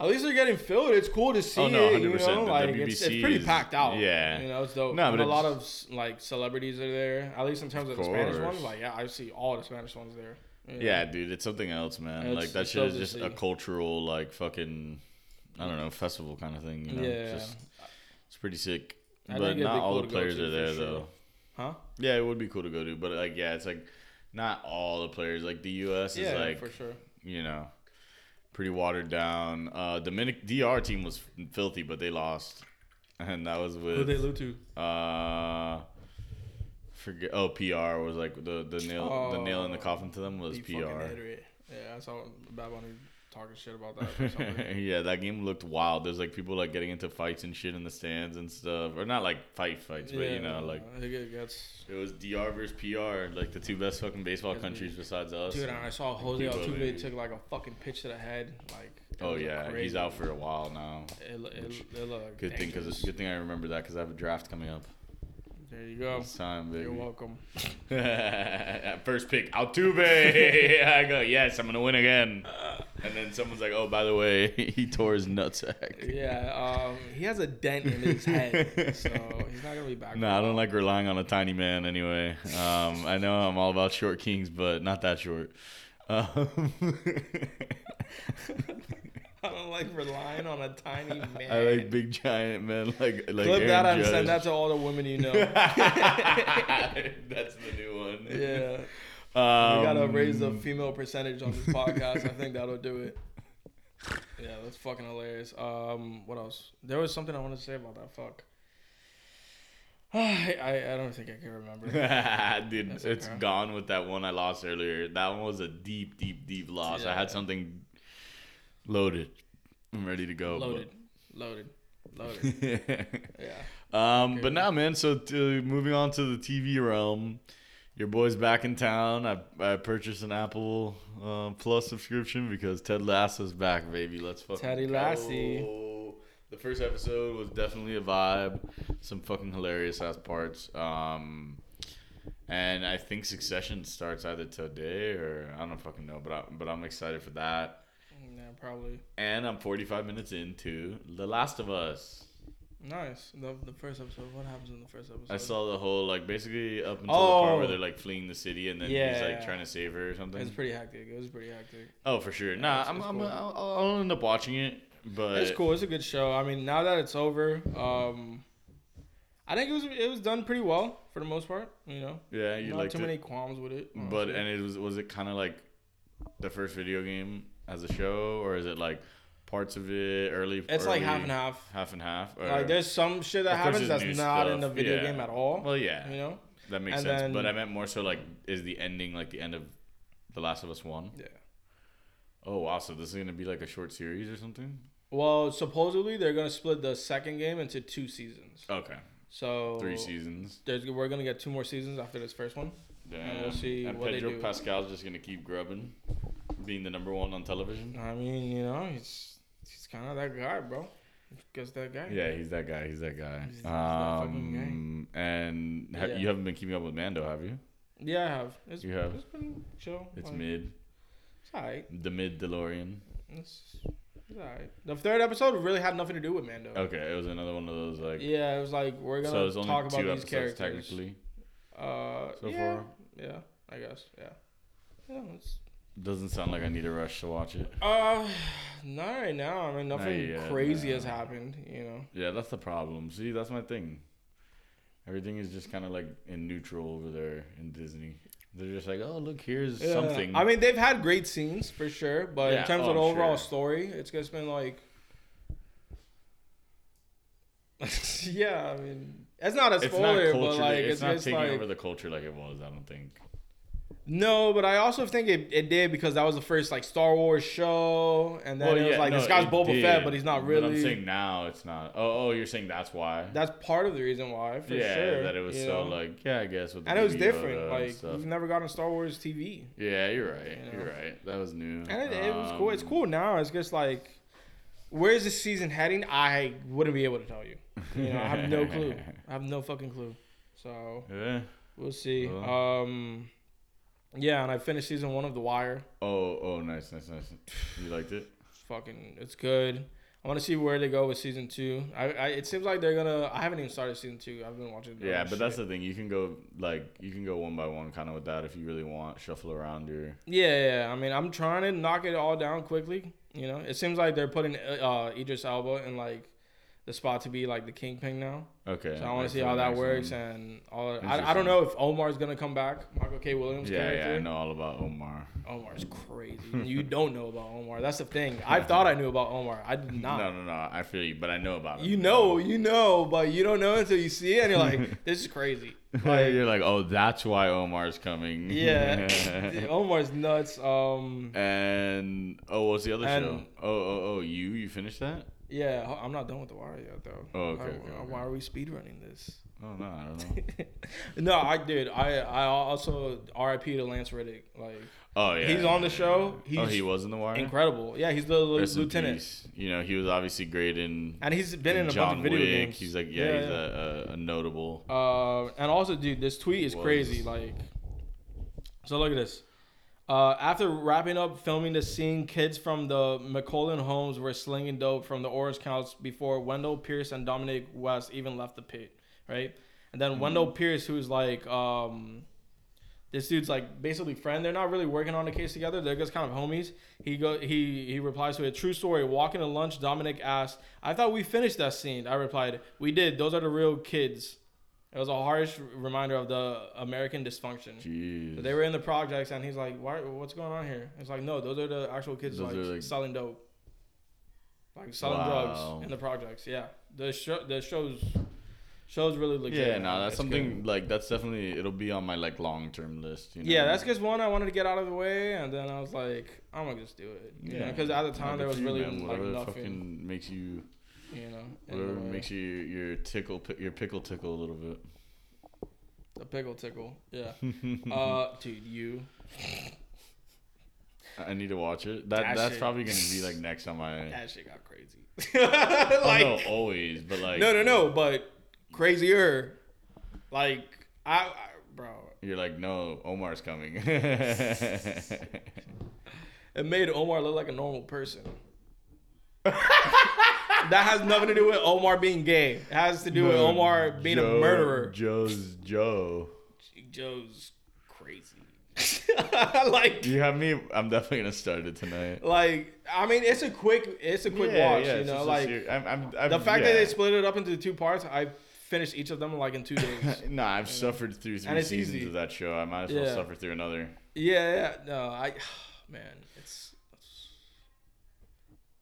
Speaker 2: At least they're getting filled. It's cool to see
Speaker 3: Oh, no,
Speaker 2: it. You
Speaker 3: 100%.
Speaker 2: know,
Speaker 3: The
Speaker 2: like it's, it's
Speaker 3: WBC
Speaker 2: pretty
Speaker 3: is-
Speaker 2: packed out.
Speaker 3: yeah.
Speaker 2: you know, it's dope.
Speaker 3: No,
Speaker 2: and
Speaker 3: but
Speaker 2: a lot
Speaker 3: it's-
Speaker 2: of s- like celebrities are there. At least in terms of, the
Speaker 3: Of
Speaker 2: Spanish
Speaker 3: course.
Speaker 2: ones, like yeah, I see all the Spanish ones there. you know.
Speaker 3: Yeah, dude, it's something else, man.
Speaker 2: It's-
Speaker 3: like that
Speaker 2: it's
Speaker 3: shit is
Speaker 2: dope to
Speaker 3: just a
Speaker 2: see.
Speaker 3: cultural, like fucking, I don't know, festival kind of thing. You know,
Speaker 2: Yeah.
Speaker 3: Just, it's pretty sick.
Speaker 2: I think
Speaker 3: but
Speaker 2: it'd be
Speaker 3: not all
Speaker 2: cool
Speaker 3: the
Speaker 2: to go
Speaker 3: players
Speaker 2: to
Speaker 3: are
Speaker 2: for
Speaker 3: there
Speaker 2: sure.
Speaker 3: though.
Speaker 2: huh?
Speaker 3: Yeah, it would be cool to go to, but like, yeah, it's like not all the players. Like the U.S.
Speaker 2: Yeah,
Speaker 3: is like
Speaker 2: for sure.
Speaker 3: you know, pretty watered down. Uh, Dominic DR team was filthy, but they lost, and that was
Speaker 2: Who they
Speaker 3: with
Speaker 2: lose to?
Speaker 3: uh, forget. Oh, PR was like the the nail the nail in the
Speaker 2: Oh,
Speaker 3: coffin to them was
Speaker 2: Be
Speaker 3: PR.
Speaker 2: fucking
Speaker 3: (laughs)
Speaker 2: illiterate. Yeah, I saw Bad Bunny talking shit about that. Or
Speaker 3: (laughs)
Speaker 2: something.
Speaker 3: yeah, that game looked wild. There's like people like getting into fights and shit in the stands and stuff, or not like fight fights, but you know, like
Speaker 2: it get- gets.
Speaker 3: it was DR versus PR, like the two best fucking baseball countries besides us.
Speaker 2: Dude, and I saw Jose
Speaker 3: Cuba,
Speaker 2: Altuve
Speaker 3: maybe.
Speaker 2: took like a fucking pitch to the head. Like, it
Speaker 3: oh
Speaker 2: was
Speaker 3: yeah, he's
Speaker 2: crazy.
Speaker 3: out for a while now.
Speaker 2: It, lo- it,
Speaker 3: which-
Speaker 2: it, looked
Speaker 3: Good thing, cause
Speaker 2: dangerous.
Speaker 3: good thing I remember that, cause I have a draft coming up.
Speaker 2: There you go.
Speaker 3: It's time,
Speaker 2: You're
Speaker 3: baby. (laughs)
Speaker 2: welcome.
Speaker 3: First pick, Altuve. (laughs) I go, yes, I'm gonna win again. And then someone's like, oh, by the way, (laughs) he tore his nutsack. (laughs)
Speaker 2: Yeah, um, he has a dent in his head, so he's not gonna be
Speaker 3: (laughs)
Speaker 2: back.
Speaker 3: No, I don't like relying on a tiny man anyway. Um, I know I'm all about short kings, but not that short. (laughs) Um,
Speaker 2: I (laughs) don't like relying on a tiny man.
Speaker 3: (laughs) I like big giant men, like like
Speaker 2: Clip
Speaker 3: Aaron
Speaker 2: that and
Speaker 3: Judge.
Speaker 2: send that to all the women you
Speaker 3: (laughs)
Speaker 2: know.
Speaker 3: That's the new one.
Speaker 2: yeah,
Speaker 3: Um,
Speaker 2: we gotta raise the female percentage on this podcast. I think that'll do it. Yeah, that's fucking hilarious. Um, what else? There was something I wanted to say about that. Fuck. (sighs) I, I, I don't think I can remember.
Speaker 3: (laughs) Dude,
Speaker 2: That's
Speaker 3: it's
Speaker 2: okay.
Speaker 3: gone with that one I lost earlier. That one was a deep, deep, deep loss. I
Speaker 2: Yeah.
Speaker 3: had something loaded. I'm ready to go. but-
Speaker 2: Loaded, loaded,
Speaker 3: (laughs)
Speaker 2: loaded. Yeah.
Speaker 3: um, but now, man. So to, moving on to the TV realm, your boy's back in town. I, I purchased an Apple uh, Plus subscription because Ted Lasso's back, baby. Let's fucking
Speaker 2: Teddy
Speaker 3: go.
Speaker 2: Lassie.
Speaker 3: The first episode was definitely a vibe. Some fucking hilarious ass parts. Um, and I think Succession starts either today or I don't fucking know, but I, but I'm excited for that.
Speaker 2: Yeah, probably.
Speaker 3: And I'm 45 minutes into The Last of Us.
Speaker 2: Nice. The, the first episode. What happens in the first episode?
Speaker 3: I saw the whole like basically up until the part
Speaker 2: Oh.
Speaker 3: where they're like fleeing the city and then he's like
Speaker 2: Yeah.
Speaker 3: trying to save her or something.
Speaker 2: It's pretty hectic. It was pretty hectic.
Speaker 3: oh, for sure. nah,
Speaker 2: it's-
Speaker 3: I'm,
Speaker 2: it's
Speaker 3: I'm,
Speaker 2: cool.
Speaker 3: I'll, I'll- I'll end up watching it, but
Speaker 2: it's cool. It's a good show. I mean, now that it's over, um, I think it was it was done pretty well for the most part. You know,
Speaker 3: Yeah, you
Speaker 2: not
Speaker 3: liked
Speaker 2: too
Speaker 3: it,
Speaker 2: many qualms with it.
Speaker 3: but
Speaker 2: honestly.
Speaker 3: and it was was it kind of like the first video game as a show, or is it like parts of it early?
Speaker 2: it's like half
Speaker 3: early-
Speaker 2: and half.
Speaker 3: Half and half. Or,
Speaker 2: Like there's some shit that
Speaker 3: Of course
Speaker 2: happens
Speaker 3: there's
Speaker 2: that's not
Speaker 3: new
Speaker 2: in the
Speaker 3: stuff,
Speaker 2: video
Speaker 3: yeah.
Speaker 2: game at all.
Speaker 3: well, yeah,
Speaker 2: you know.
Speaker 3: that makes
Speaker 2: and
Speaker 3: sense.
Speaker 2: then-
Speaker 3: but I meant more so like, is the ending like the end of The Last of Us One?
Speaker 2: Yeah.
Speaker 3: Oh wow, so this is gonna be like a short series or something?
Speaker 2: Well, supposedly they're gonna split the second game into two seasons.
Speaker 3: Okay,
Speaker 2: So
Speaker 3: three seasons.
Speaker 2: There's, we're gonna get two more seasons after this first one.
Speaker 3: Damn.
Speaker 2: we'll see
Speaker 3: and
Speaker 2: what they
Speaker 3: Pedro
Speaker 2: do.
Speaker 3: Pascal's just gonna keep grubbing, being the number one on television.
Speaker 2: I mean, you know, he's he's kind of that guy, bro. Just that guy.
Speaker 3: Yeah, he's that guy. He's that guy.
Speaker 2: He's- he's that
Speaker 3: Um, and ha-
Speaker 2: Yeah.
Speaker 3: you haven't been keeping up with Mando, have you?
Speaker 2: Yeah, I have. It's,
Speaker 3: You have.
Speaker 2: It's been chill.
Speaker 3: It's
Speaker 2: like,
Speaker 3: mid,
Speaker 2: It's alright.
Speaker 3: the mid DeLorean.
Speaker 2: It's, it's alright. The third episode really had nothing to do with Mando.
Speaker 3: Okay, it was another one of those like.
Speaker 2: Yeah, it was like we're gonna
Speaker 3: so it's only
Speaker 2: talk about
Speaker 3: two
Speaker 2: these
Speaker 3: episodes
Speaker 2: characters.
Speaker 3: technically.
Speaker 2: Uh,
Speaker 3: so
Speaker 2: yeah,
Speaker 3: far.
Speaker 2: Yeah, I guess. Yeah. Yeah. It's,
Speaker 3: Doesn't sound like I need a rush to watch it.
Speaker 2: uh, (sighs) not right now. I mean, nothing
Speaker 3: yet,
Speaker 2: crazy
Speaker 3: no.
Speaker 2: has happened. You know.
Speaker 3: Yeah, that's the problem. See, that's my thing. Everything is just kind of like in neutral over there in Disney. They're just like, oh, look, here's
Speaker 2: Yeah.
Speaker 3: something.
Speaker 2: I mean, they've had great scenes for sure, but
Speaker 3: Yeah,
Speaker 2: in terms
Speaker 3: oh,
Speaker 2: of the
Speaker 3: I'm
Speaker 2: overall
Speaker 3: sure.
Speaker 2: story, it's just been like. (laughs) yeah, I mean, it's not a
Speaker 3: it's not
Speaker 2: spoiler,
Speaker 3: culturally,
Speaker 2: but like
Speaker 3: it's,
Speaker 2: it's,
Speaker 3: not
Speaker 2: just
Speaker 3: taking
Speaker 2: like
Speaker 3: over the culture like it was. I don't think.
Speaker 2: no, but I also think it, it did because that was the first like Star Wars show, and then it was like
Speaker 3: no,
Speaker 2: this guy's
Speaker 3: it
Speaker 2: Boba Fett,
Speaker 3: did,
Speaker 2: but he's not
Speaker 3: But I'm
Speaker 2: really.
Speaker 3: saying now it's not. Oh, oh, you're saying that's why.
Speaker 2: that's part of the reason why, for
Speaker 3: yeah,
Speaker 2: sure.
Speaker 3: that it was
Speaker 2: you
Speaker 3: so
Speaker 2: know?
Speaker 3: like yeah, I guess. With the
Speaker 2: and it was
Speaker 3: baby Yoda
Speaker 2: different.
Speaker 3: and
Speaker 2: Like
Speaker 3: stuff.
Speaker 2: we've never gotten Star Wars TV,
Speaker 3: yeah, you're right.
Speaker 2: You know?
Speaker 3: You are right. That was new.
Speaker 2: and it, it was cool. It's
Speaker 3: Um,
Speaker 2: cool now. It's just like, where is this season heading? I wouldn't be able to tell you.
Speaker 3: Um,
Speaker 2: You know, I have no
Speaker 3: (laughs)
Speaker 2: clue. I have no fucking clue. So
Speaker 3: yeah.
Speaker 2: we'll see.
Speaker 3: Well.
Speaker 2: Um, yeah, and I finished season one of The Wire.
Speaker 3: Oh, oh, nice, nice, nice. You liked it?
Speaker 2: It's fucking, it's good. I want to see where they go with season two. I, I, it seems like they're gonna. I haven't even started season two. I've been watching. other
Speaker 3: Yeah, but that's
Speaker 2: shit.
Speaker 3: the thing. You can go like you can go one by one kind of with that if you really want. Shuffle around your.
Speaker 2: yeah, yeah. I mean, I'm trying to knock it all down quickly. You know, it seems like they're putting uh, Idris Elba in like the spot to be like the kingpin now.
Speaker 3: Okay.
Speaker 2: So I want to see how that works and all. I, I
Speaker 3: Interesting.
Speaker 2: don't know if Omar's gonna come back. Michael K. Williams.
Speaker 3: Yeah,
Speaker 2: character.
Speaker 3: yeah, I know all about Omar.
Speaker 2: Omar's crazy.
Speaker 3: (laughs)
Speaker 2: you don't know about Omar. That's the thing. I thought I knew about Omar. I did not.
Speaker 3: No, no, no. I feel you, but I know about. him.
Speaker 2: You know, you know, but you don't know until you see it, and you're
Speaker 3: (laughs)
Speaker 2: like, "This is crazy." (laughs) Like,
Speaker 3: You're like, oh, that's why Omar's coming.
Speaker 2: yeah, Omar's nuts. Um,
Speaker 3: (laughs) and oh, what's the other
Speaker 2: And-
Speaker 3: show? Oh, oh, oh, you you finished that?
Speaker 2: yeah, I'm not done with the wire yet, though.
Speaker 3: Oh, okay,
Speaker 2: Why-
Speaker 3: okay, okay.
Speaker 2: Why are we speedrunning this? (laughs)
Speaker 3: Oh no, I don't know.
Speaker 2: no, I did. I I also R.I.P. to Lance Riddick. Like
Speaker 3: Oh yeah,
Speaker 2: He's on the
Speaker 3: yeah,
Speaker 2: show.
Speaker 3: yeah. oh,
Speaker 2: He's
Speaker 3: he was in the wire.
Speaker 2: incredible. Yeah, he's the l-
Speaker 3: Rest in
Speaker 2: lieutenant.
Speaker 3: peace. You know, he was obviously great in.
Speaker 2: And he's been in a
Speaker 3: John
Speaker 2: bunch of video
Speaker 3: Wick.
Speaker 2: games.
Speaker 3: He's like, yeah, he's A, a, a notable.
Speaker 2: Uh, and also, dude, this tweet is
Speaker 3: Was.
Speaker 2: crazy. Like, so look at this. Uh, after wrapping up filming the scene, kids from the McCollin homes were slinging dope from the Orange Counts before Wendell Pierce and Dominic West even left the pit, right? And then Wendell Pierce, who's like, um, this dude's like basically friend. They're not really working on the case together. They're just kind of homies. He go he he replies to a true story. Walking to lunch, Dominic asked, "I thought we finished that scene." I replied, "We did. Those are the real kids." It was a harsh reminder of the American dysfunction.
Speaker 3: Jeez.
Speaker 2: They were in the projects, and he's like, "Why? What's going on here?" It's like, "No, those are the actual kids
Speaker 3: Those
Speaker 2: like,
Speaker 3: are, like-
Speaker 2: selling dope, like selling
Speaker 3: Wow.
Speaker 2: drugs in the projects." Yeah, the show the shows shows really look.
Speaker 3: yeah, no, that's something like that's definitely it'll be on my like long term list. You know?
Speaker 2: Yeah, that's just one I wanted to get out of the way, and then I was like, "I'm gonna just do it," you yeah. Because at the
Speaker 3: No,
Speaker 2: time
Speaker 3: good
Speaker 2: there was
Speaker 3: for you,
Speaker 2: really
Speaker 3: man.
Speaker 2: like
Speaker 3: whatever
Speaker 2: nothing,
Speaker 3: fucking makes you
Speaker 2: you know. in the
Speaker 3: whatever
Speaker 2: way.
Speaker 3: makes you your tickle pi- your pickle tickle a little bit.
Speaker 2: (laughs) the pickle tickle.
Speaker 3: (laughs)
Speaker 2: Yeah. uh, dude, you.
Speaker 3: I need to watch it. That,
Speaker 2: That
Speaker 3: that's
Speaker 2: shit-
Speaker 3: probably gonna
Speaker 2: (laughs)
Speaker 3: be like next on my.
Speaker 2: That shit got crazy. (laughs) like, (laughs)
Speaker 3: oh, no, always, but like
Speaker 2: no, no, no, but crazier. Like I, I bro,
Speaker 3: You're like, no, Omar's coming. (laughs) (laughs)
Speaker 2: it made Omar look like a normal person. that has nothing to do with Omar being gay. It has to do with Omar being a murderer.
Speaker 3: Joe's Joe.
Speaker 2: Joe's crazy. (laughs) like,
Speaker 3: You have me. I'm definitely gonna start it tonight.
Speaker 2: like I mean, it's a quick, it's a quick watch. you
Speaker 3: it's
Speaker 2: know,
Speaker 3: just a
Speaker 2: like
Speaker 3: ser- I'm, I'm, I'm,
Speaker 2: the fact that
Speaker 3: yeah.
Speaker 2: they split it up into two parts, I finished each of them like in two (laughs)
Speaker 3: (laughs)
Speaker 2: days.
Speaker 3: Nah, I've suffered through
Speaker 2: And
Speaker 3: three
Speaker 2: it's
Speaker 3: seasons
Speaker 2: easy.
Speaker 3: of that show. I might as well
Speaker 2: Yeah.
Speaker 3: suffer through another.
Speaker 2: yeah, yeah, no, I, (sighs) man, it's, it's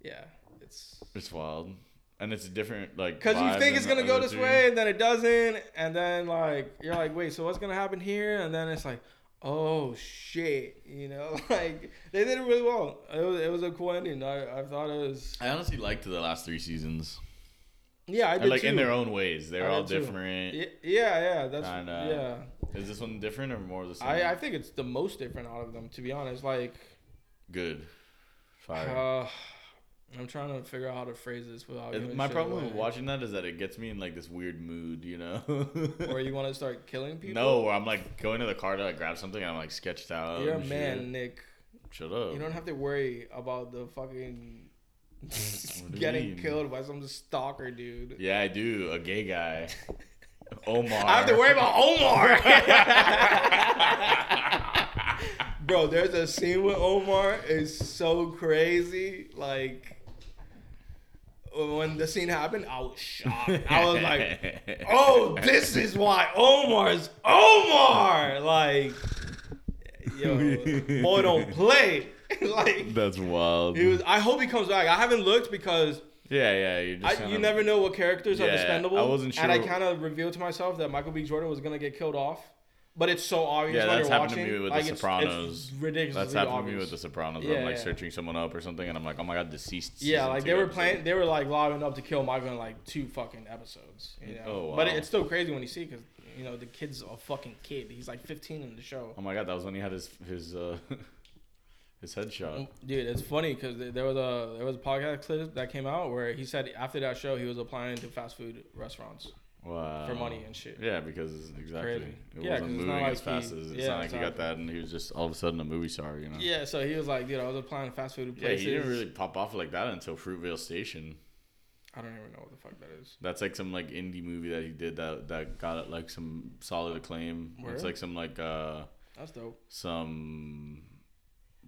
Speaker 2: yeah, it's
Speaker 3: It's wild, and it's a different like.
Speaker 2: because you
Speaker 3: vibe
Speaker 2: think it's
Speaker 3: than
Speaker 2: gonna
Speaker 3: the
Speaker 2: go
Speaker 3: other
Speaker 2: this
Speaker 3: three.
Speaker 2: way, and then it doesn't, and then like you're like, wait, so what's gonna happen here? And then it's like, oh shit, you know, (laughs) like they did it really well. It was, it was a cool ending. I, I thought it was,
Speaker 3: I honestly liked the last three seasons.
Speaker 2: yeah, I
Speaker 3: And,
Speaker 2: did
Speaker 3: like
Speaker 2: too.
Speaker 3: in their own ways, they're
Speaker 2: I
Speaker 3: all
Speaker 2: did too.
Speaker 3: different.
Speaker 2: Yeah, yeah, yeah, that's
Speaker 3: Kinda.
Speaker 2: yeah.
Speaker 3: Is this one different or more of the same?
Speaker 2: I, I think it's the most different out of them, to be honest. Like,
Speaker 3: Good. Fire.
Speaker 2: uh, I'm trying to figure out how to phrase this without.
Speaker 3: It-
Speaker 2: giving
Speaker 3: my
Speaker 2: shit
Speaker 3: problem with
Speaker 2: away.
Speaker 3: watching that is that it gets me in like this weird mood, you know. (laughs)
Speaker 2: Or you want to start killing people?
Speaker 3: no, where I'm like going to the car to like grab something, and I'm like sketched out.
Speaker 2: you're a
Speaker 3: and
Speaker 2: man,
Speaker 3: shit.
Speaker 2: Nick.
Speaker 3: Shut up.
Speaker 2: You don't have to worry about the
Speaker 3: (laughs)
Speaker 2: fucking
Speaker 3: do you
Speaker 2: getting
Speaker 3: mean?
Speaker 2: killed by some stalker dude.
Speaker 3: Yeah, I do. A
Speaker 2: (laughs)
Speaker 3: gay guy. Omar.
Speaker 2: I have to worry about Omar.
Speaker 3: (laughs)
Speaker 2: Bro, there's a scene with Omar. It's so crazy. Like when the scene happened, I was shocked. I was like,
Speaker 3: (laughs)
Speaker 2: "Oh, this is why Omar's Omar." Like,
Speaker 3: (laughs)
Speaker 2: yo, boy, don't play. (laughs) like,
Speaker 3: That's wild.
Speaker 2: he was. I hope he comes back. I haven't looked because
Speaker 3: yeah, yeah. You're just
Speaker 2: I,
Speaker 3: kinda-
Speaker 2: you never know what characters are
Speaker 3: Yeah,
Speaker 2: expendable.
Speaker 3: I wasn't
Speaker 2: And I
Speaker 3: sure-
Speaker 2: kind of revealed to myself that Michael B. Jordan was gonna get killed off, but it's so obvious.
Speaker 3: Yeah,
Speaker 2: when
Speaker 3: that's
Speaker 2: you're
Speaker 3: happened to
Speaker 2: watching.
Speaker 3: me with
Speaker 2: like,
Speaker 3: The
Speaker 2: it's-
Speaker 3: Sopranos.
Speaker 2: It's, ridiculous.
Speaker 3: That's happened to me with The Sopranos. where I'm
Speaker 2: Yeah,
Speaker 3: like
Speaker 2: yeah.
Speaker 3: searching someone up or something, and I'm like, oh my god, deceased.
Speaker 2: Yeah,
Speaker 3: season
Speaker 2: like
Speaker 3: two
Speaker 2: they were
Speaker 3: episode.
Speaker 2: playing. They were like lining up to kill Michael in like two fucking episodes. You know?
Speaker 3: Oh,
Speaker 2: But
Speaker 3: wow.
Speaker 2: it, it's still crazy when you see because you know the kid's a fucking kid. He's like 15 in the show.
Speaker 3: Oh my god, that was when he had his his uh, (laughs) his headshot.
Speaker 2: Dude, it's funny because there was a there was a podcast clip that came out where he said after that show he was applying to fast food restaurants
Speaker 3: Wow.
Speaker 2: for money and shit.
Speaker 3: Oh. Yeah, because exactly,
Speaker 2: crazy.
Speaker 3: it
Speaker 2: Yeah, 'cause it's
Speaker 3: wasn't
Speaker 2: not
Speaker 3: moving
Speaker 2: like
Speaker 3: as fast
Speaker 2: he-
Speaker 3: as it's
Speaker 2: yeah,
Speaker 3: not like he got
Speaker 2: exactly.
Speaker 3: that, and he was just all of a sudden a movie star, you know.
Speaker 2: Yeah, so he was like, dude, I was applying to fast food
Speaker 3: Yeah,
Speaker 2: places.
Speaker 3: he didn't really pop off like that until Fruitvale Station.
Speaker 2: I don't even know what the fuck that is.
Speaker 3: That's like some like indie movie that he did that that got like some solid acclaim.
Speaker 2: Word?
Speaker 3: It's like some like uh
Speaker 2: That's dope.
Speaker 3: some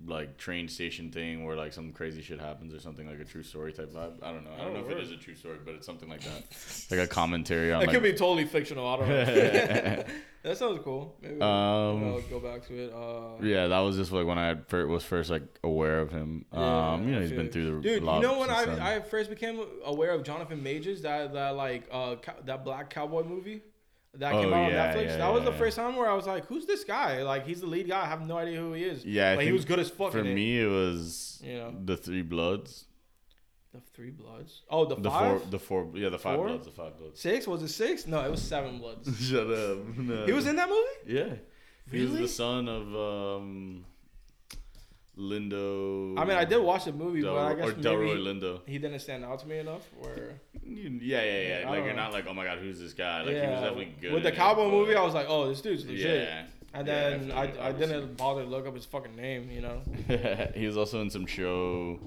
Speaker 3: like train station thing where like some crazy shit happens or something like a true story type vibe. I don't know. I don't
Speaker 2: Oh,
Speaker 3: know if
Speaker 2: word.
Speaker 3: it is a true story, but it's something like that.
Speaker 2: (laughs)
Speaker 3: like a commentary on
Speaker 2: It
Speaker 3: like
Speaker 2: could be totally fictional. I don't
Speaker 3: (laughs)
Speaker 2: know. (laughs) that sounds cool. Maybe we'll-
Speaker 3: Um,
Speaker 2: maybe I'll go back to it. Uh,
Speaker 3: yeah, that was just like when I had fir- was first like aware of him.
Speaker 2: yeah,
Speaker 3: um, you know,
Speaker 2: I
Speaker 3: he's
Speaker 2: feel
Speaker 3: been
Speaker 2: you.
Speaker 3: through the
Speaker 2: Dude,
Speaker 3: lot
Speaker 2: you know when
Speaker 3: since then.
Speaker 2: I, I first became aware of Jonathan Majors that that like uh cow- that black cowboy movie that
Speaker 3: Oh,
Speaker 2: came out
Speaker 3: yeah,
Speaker 2: on Netflix.
Speaker 3: yeah,
Speaker 2: that was
Speaker 3: yeah,
Speaker 2: the
Speaker 3: yeah.
Speaker 2: first time where I was like, "Who's this guy? Like, he's the lead guy. I have no idea who he is."
Speaker 3: Yeah, I
Speaker 2: like, he
Speaker 3: think
Speaker 2: was good as fuck.
Speaker 3: for
Speaker 2: in it.
Speaker 3: me it was
Speaker 2: You know.
Speaker 3: the Three Bloods,
Speaker 2: the Three Bloods. Oh, the,
Speaker 3: the
Speaker 2: five,
Speaker 3: four, the four, yeah, the five
Speaker 2: Four?
Speaker 3: Bloods, the five Bloods. (laughs)
Speaker 2: six was it six? No, it was seven Bloods.
Speaker 3: Shut up. No.
Speaker 2: he was in that movie.
Speaker 3: Yeah. He was
Speaker 2: Really?
Speaker 3: the son of um, Lindo.
Speaker 2: I mean, I did watch the movie,
Speaker 3: Del-
Speaker 2: but I guess
Speaker 3: or
Speaker 2: maybe
Speaker 3: Delroy Lindo.
Speaker 2: he didn't stand out to me enough. Or
Speaker 3: You- Yeah, yeah,
Speaker 2: Yeah,
Speaker 3: yeah.
Speaker 2: I
Speaker 3: Like
Speaker 2: don't
Speaker 3: you're
Speaker 2: know.
Speaker 3: not like, oh my god, who's this guy? Like
Speaker 2: yeah,
Speaker 3: he was definitely good.
Speaker 2: with the
Speaker 3: in it,
Speaker 2: cowboy
Speaker 3: but-
Speaker 2: movie. I was like, oh, this dude's legit.
Speaker 3: yeah.
Speaker 2: And
Speaker 3: Yeah,
Speaker 2: then
Speaker 3: definitely,
Speaker 2: I, I didn't
Speaker 3: obviously.
Speaker 2: bother to look up his fucking name, you know.
Speaker 3: (laughs) he was also in some show